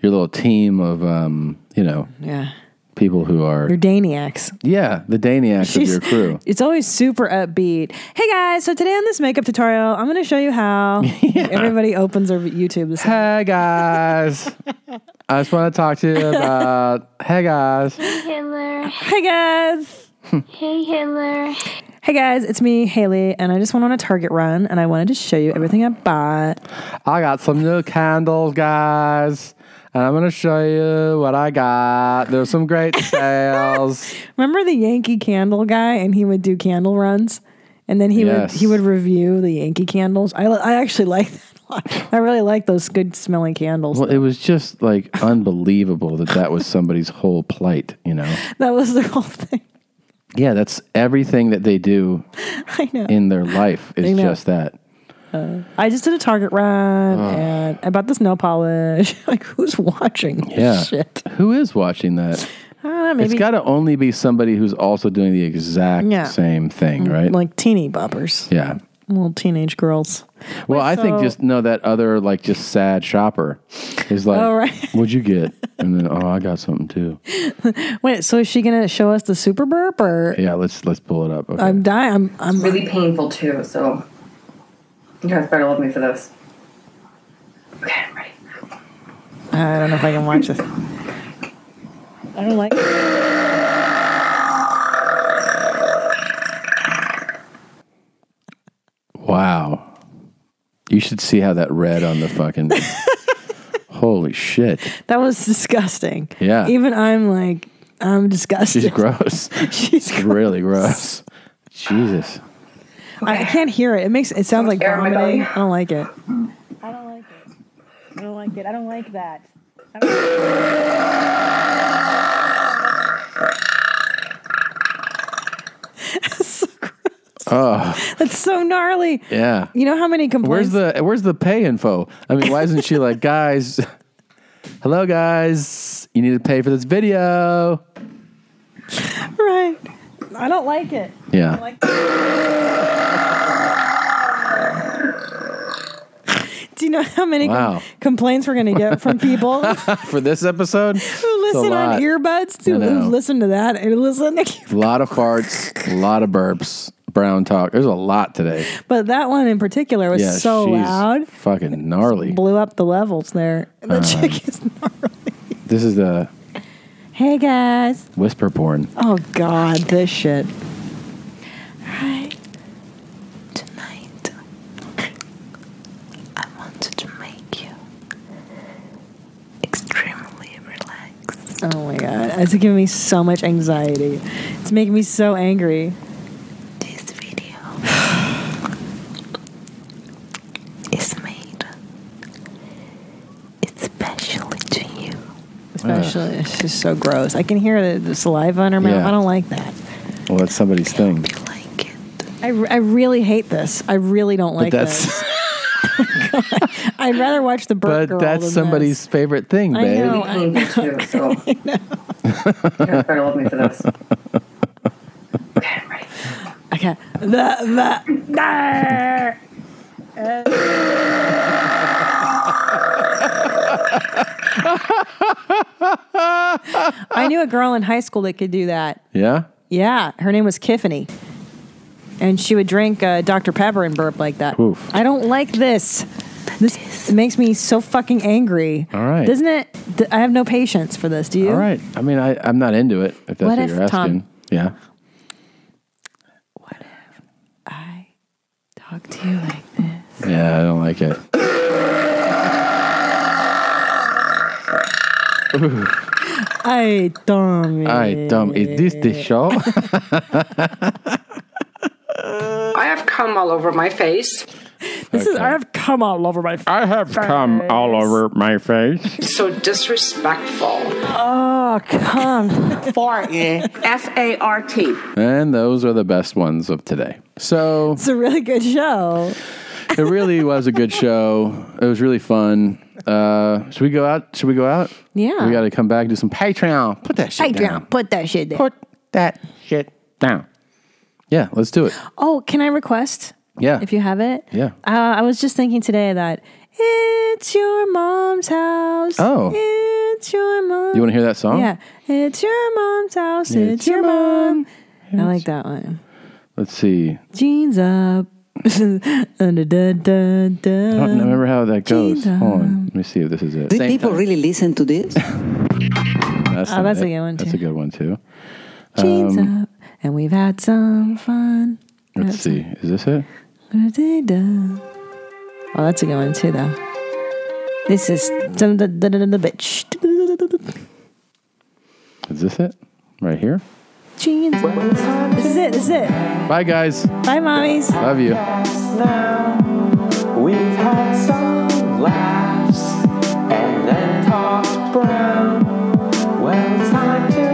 your little team of um, you know,
Yeah.
people who are
Your Daniacs.
Yeah, the Daniacs of
She's-
your crew.
It's always super upbeat. Hey guys, so today on this makeup tutorial, I'm going to show you how everybody opens their YouTube. This
hey guys, I just want to talk to you about hey guys.
Hitler. Hey guys. hey Hitler. Hey guys, it's me, Haley, and I just went on a Target run and I wanted to show you everything I bought.
I got some new candles, guys. And I'm going to show you what I got. There's some great sales.
Remember the Yankee Candle guy, and he would do candle runs, and then he
Yes.
would he would review the Yankee candles. I li- I actually like that a lot. I really like those good smelling candles.
well, it was just like unbelievable that that was somebody's whole plight, you know?
that was their whole thing.
Yeah, that's everything that they do
I know.
in their life
I
is
know.
just that.
Uh, I just did a Target run,
Ugh.
and I bought the nail polish. like, who's watching? this
Yeah.
shit?
Who is watching that?
I don't know, maybe
It's got to only be somebody who's also doing the exact
Yeah.
same thing, right?
like teeny boppers,
yeah.
little teenage girls.
Well, I think
so-
just no that other like just sad shopper is like,
Oh, right.
"What'd you get?" And then, "Oh, I got something too."
Wait, so is she gonna show us the super burp or?
Yeah, let's let's pull it up. Okay.
I'm dying. I'm, I'm
really painful too. So you guys better love me for this.
I don't know if I can watch this. I don't like.
Wow. You should see how that read on the fucking Holy shit.
That was disgusting.
Yeah.
Even I'm like, I'm disgusted.
She's gross.
She's
really gross. Jesus.
I, I can't hear it. It makes it sounds like vomiting. I don't like it. I don't like it. I don't like it. I don't like that. That's so
Oh.
That's so gnarly.
Yeah.
You know how many complaints?
Where's the where's the pay info? I mean, why isn't she like, guys? Hello, guys. You need to pay for this video.
right. I don't like it.
Yeah.
I don't like Do you know how many com-
Wow.
complaints we're going to get from people
for this episode,
who listen on earbuds to
I know.
who listen to that and listen?
A lot of farts, a lot of burps, brown talk. There's a lot today.
But that one in particular was
yeah,
so
she's
loud,
fucking gnarly.
blew up the levels there. The
Um,
chick is,
This is the
hey guys.
whisper porn.
Oh God, this shit.
I wanted to make you extremely
Oh my God, it's giving me so much anxiety. It's making me so angry.
is made especially to you.
Especially, it's just so gross. I can hear the, the saliva in her mouth.
Yeah.
I don't like that.
Well, that's somebody's thing.
I, I really hate this. I really don't like
that's-
this. I'd rather watch the Burt
But
Girl
that's
than
somebody's favorite thing,
I
babe.
know, I know.
You guys better love me for this.
this. Okay. The, the, the. I knew a girl in high school that could do that.
Yeah.
Yeah, her name was Kiffany. And she would drink uh, Dr. Pepper and burp like that.
Oof.
I don't like this. This makes me so fucking angry.
All right.
Doesn't it? d- I have no patience for this, do you?
All right. I mean, I, I'm not into it. If that's what,
What if,
you're asking.
Tom-
Yeah.
Talk to you like
Yeah, I don't like it. Ooh,
I dumb.
I dumb. Is this the show?
I have cum all over my face.
This is. I have cum all over my.
I have cum all over my face.
So disrespectful.
Oh, come.
F A R T.
and those are the best ones of today. So
It's a really good show.
it really was a good show. It was really fun. Uh, should we go out? Should we go out?
Yeah.
We got to come back do some Patreon. Put that shit
Hey,
down.
John, Put that shit down.
Put that shit down. Yeah, let's do it.
Oh, can I request?
Yeah.
If you have it.
Yeah.
Uh, I was just thinking today that it's your mom's house.
Oh.
It's your mom.
You want to hear that song?
Yeah. It's your mom's house.
It's
It's, your mom. I like that one.
Let's see.
Jeans up. I
I
Uh,
don't remember how that goes.
Gina.
Hold on. Let me see if this is it.
Do
Same
people
time.
really listen to this?
That's,
Oh,
not
that's
it.
a good one,
That's
too.
a good one too.
Jeans uh,
Um,
up. And we've had some fun.
Let's see. Is this it?
Oh, that's a good one too, though. This is dun- dun- dun- dun- dun- bitch.
Is this it? Right here?
Jeans. This is it. This is it.
Bye, guys.
Bye, mommies.
Love you.
Now we've had some laughs and then talked brown. Well, time to
Uh-huh.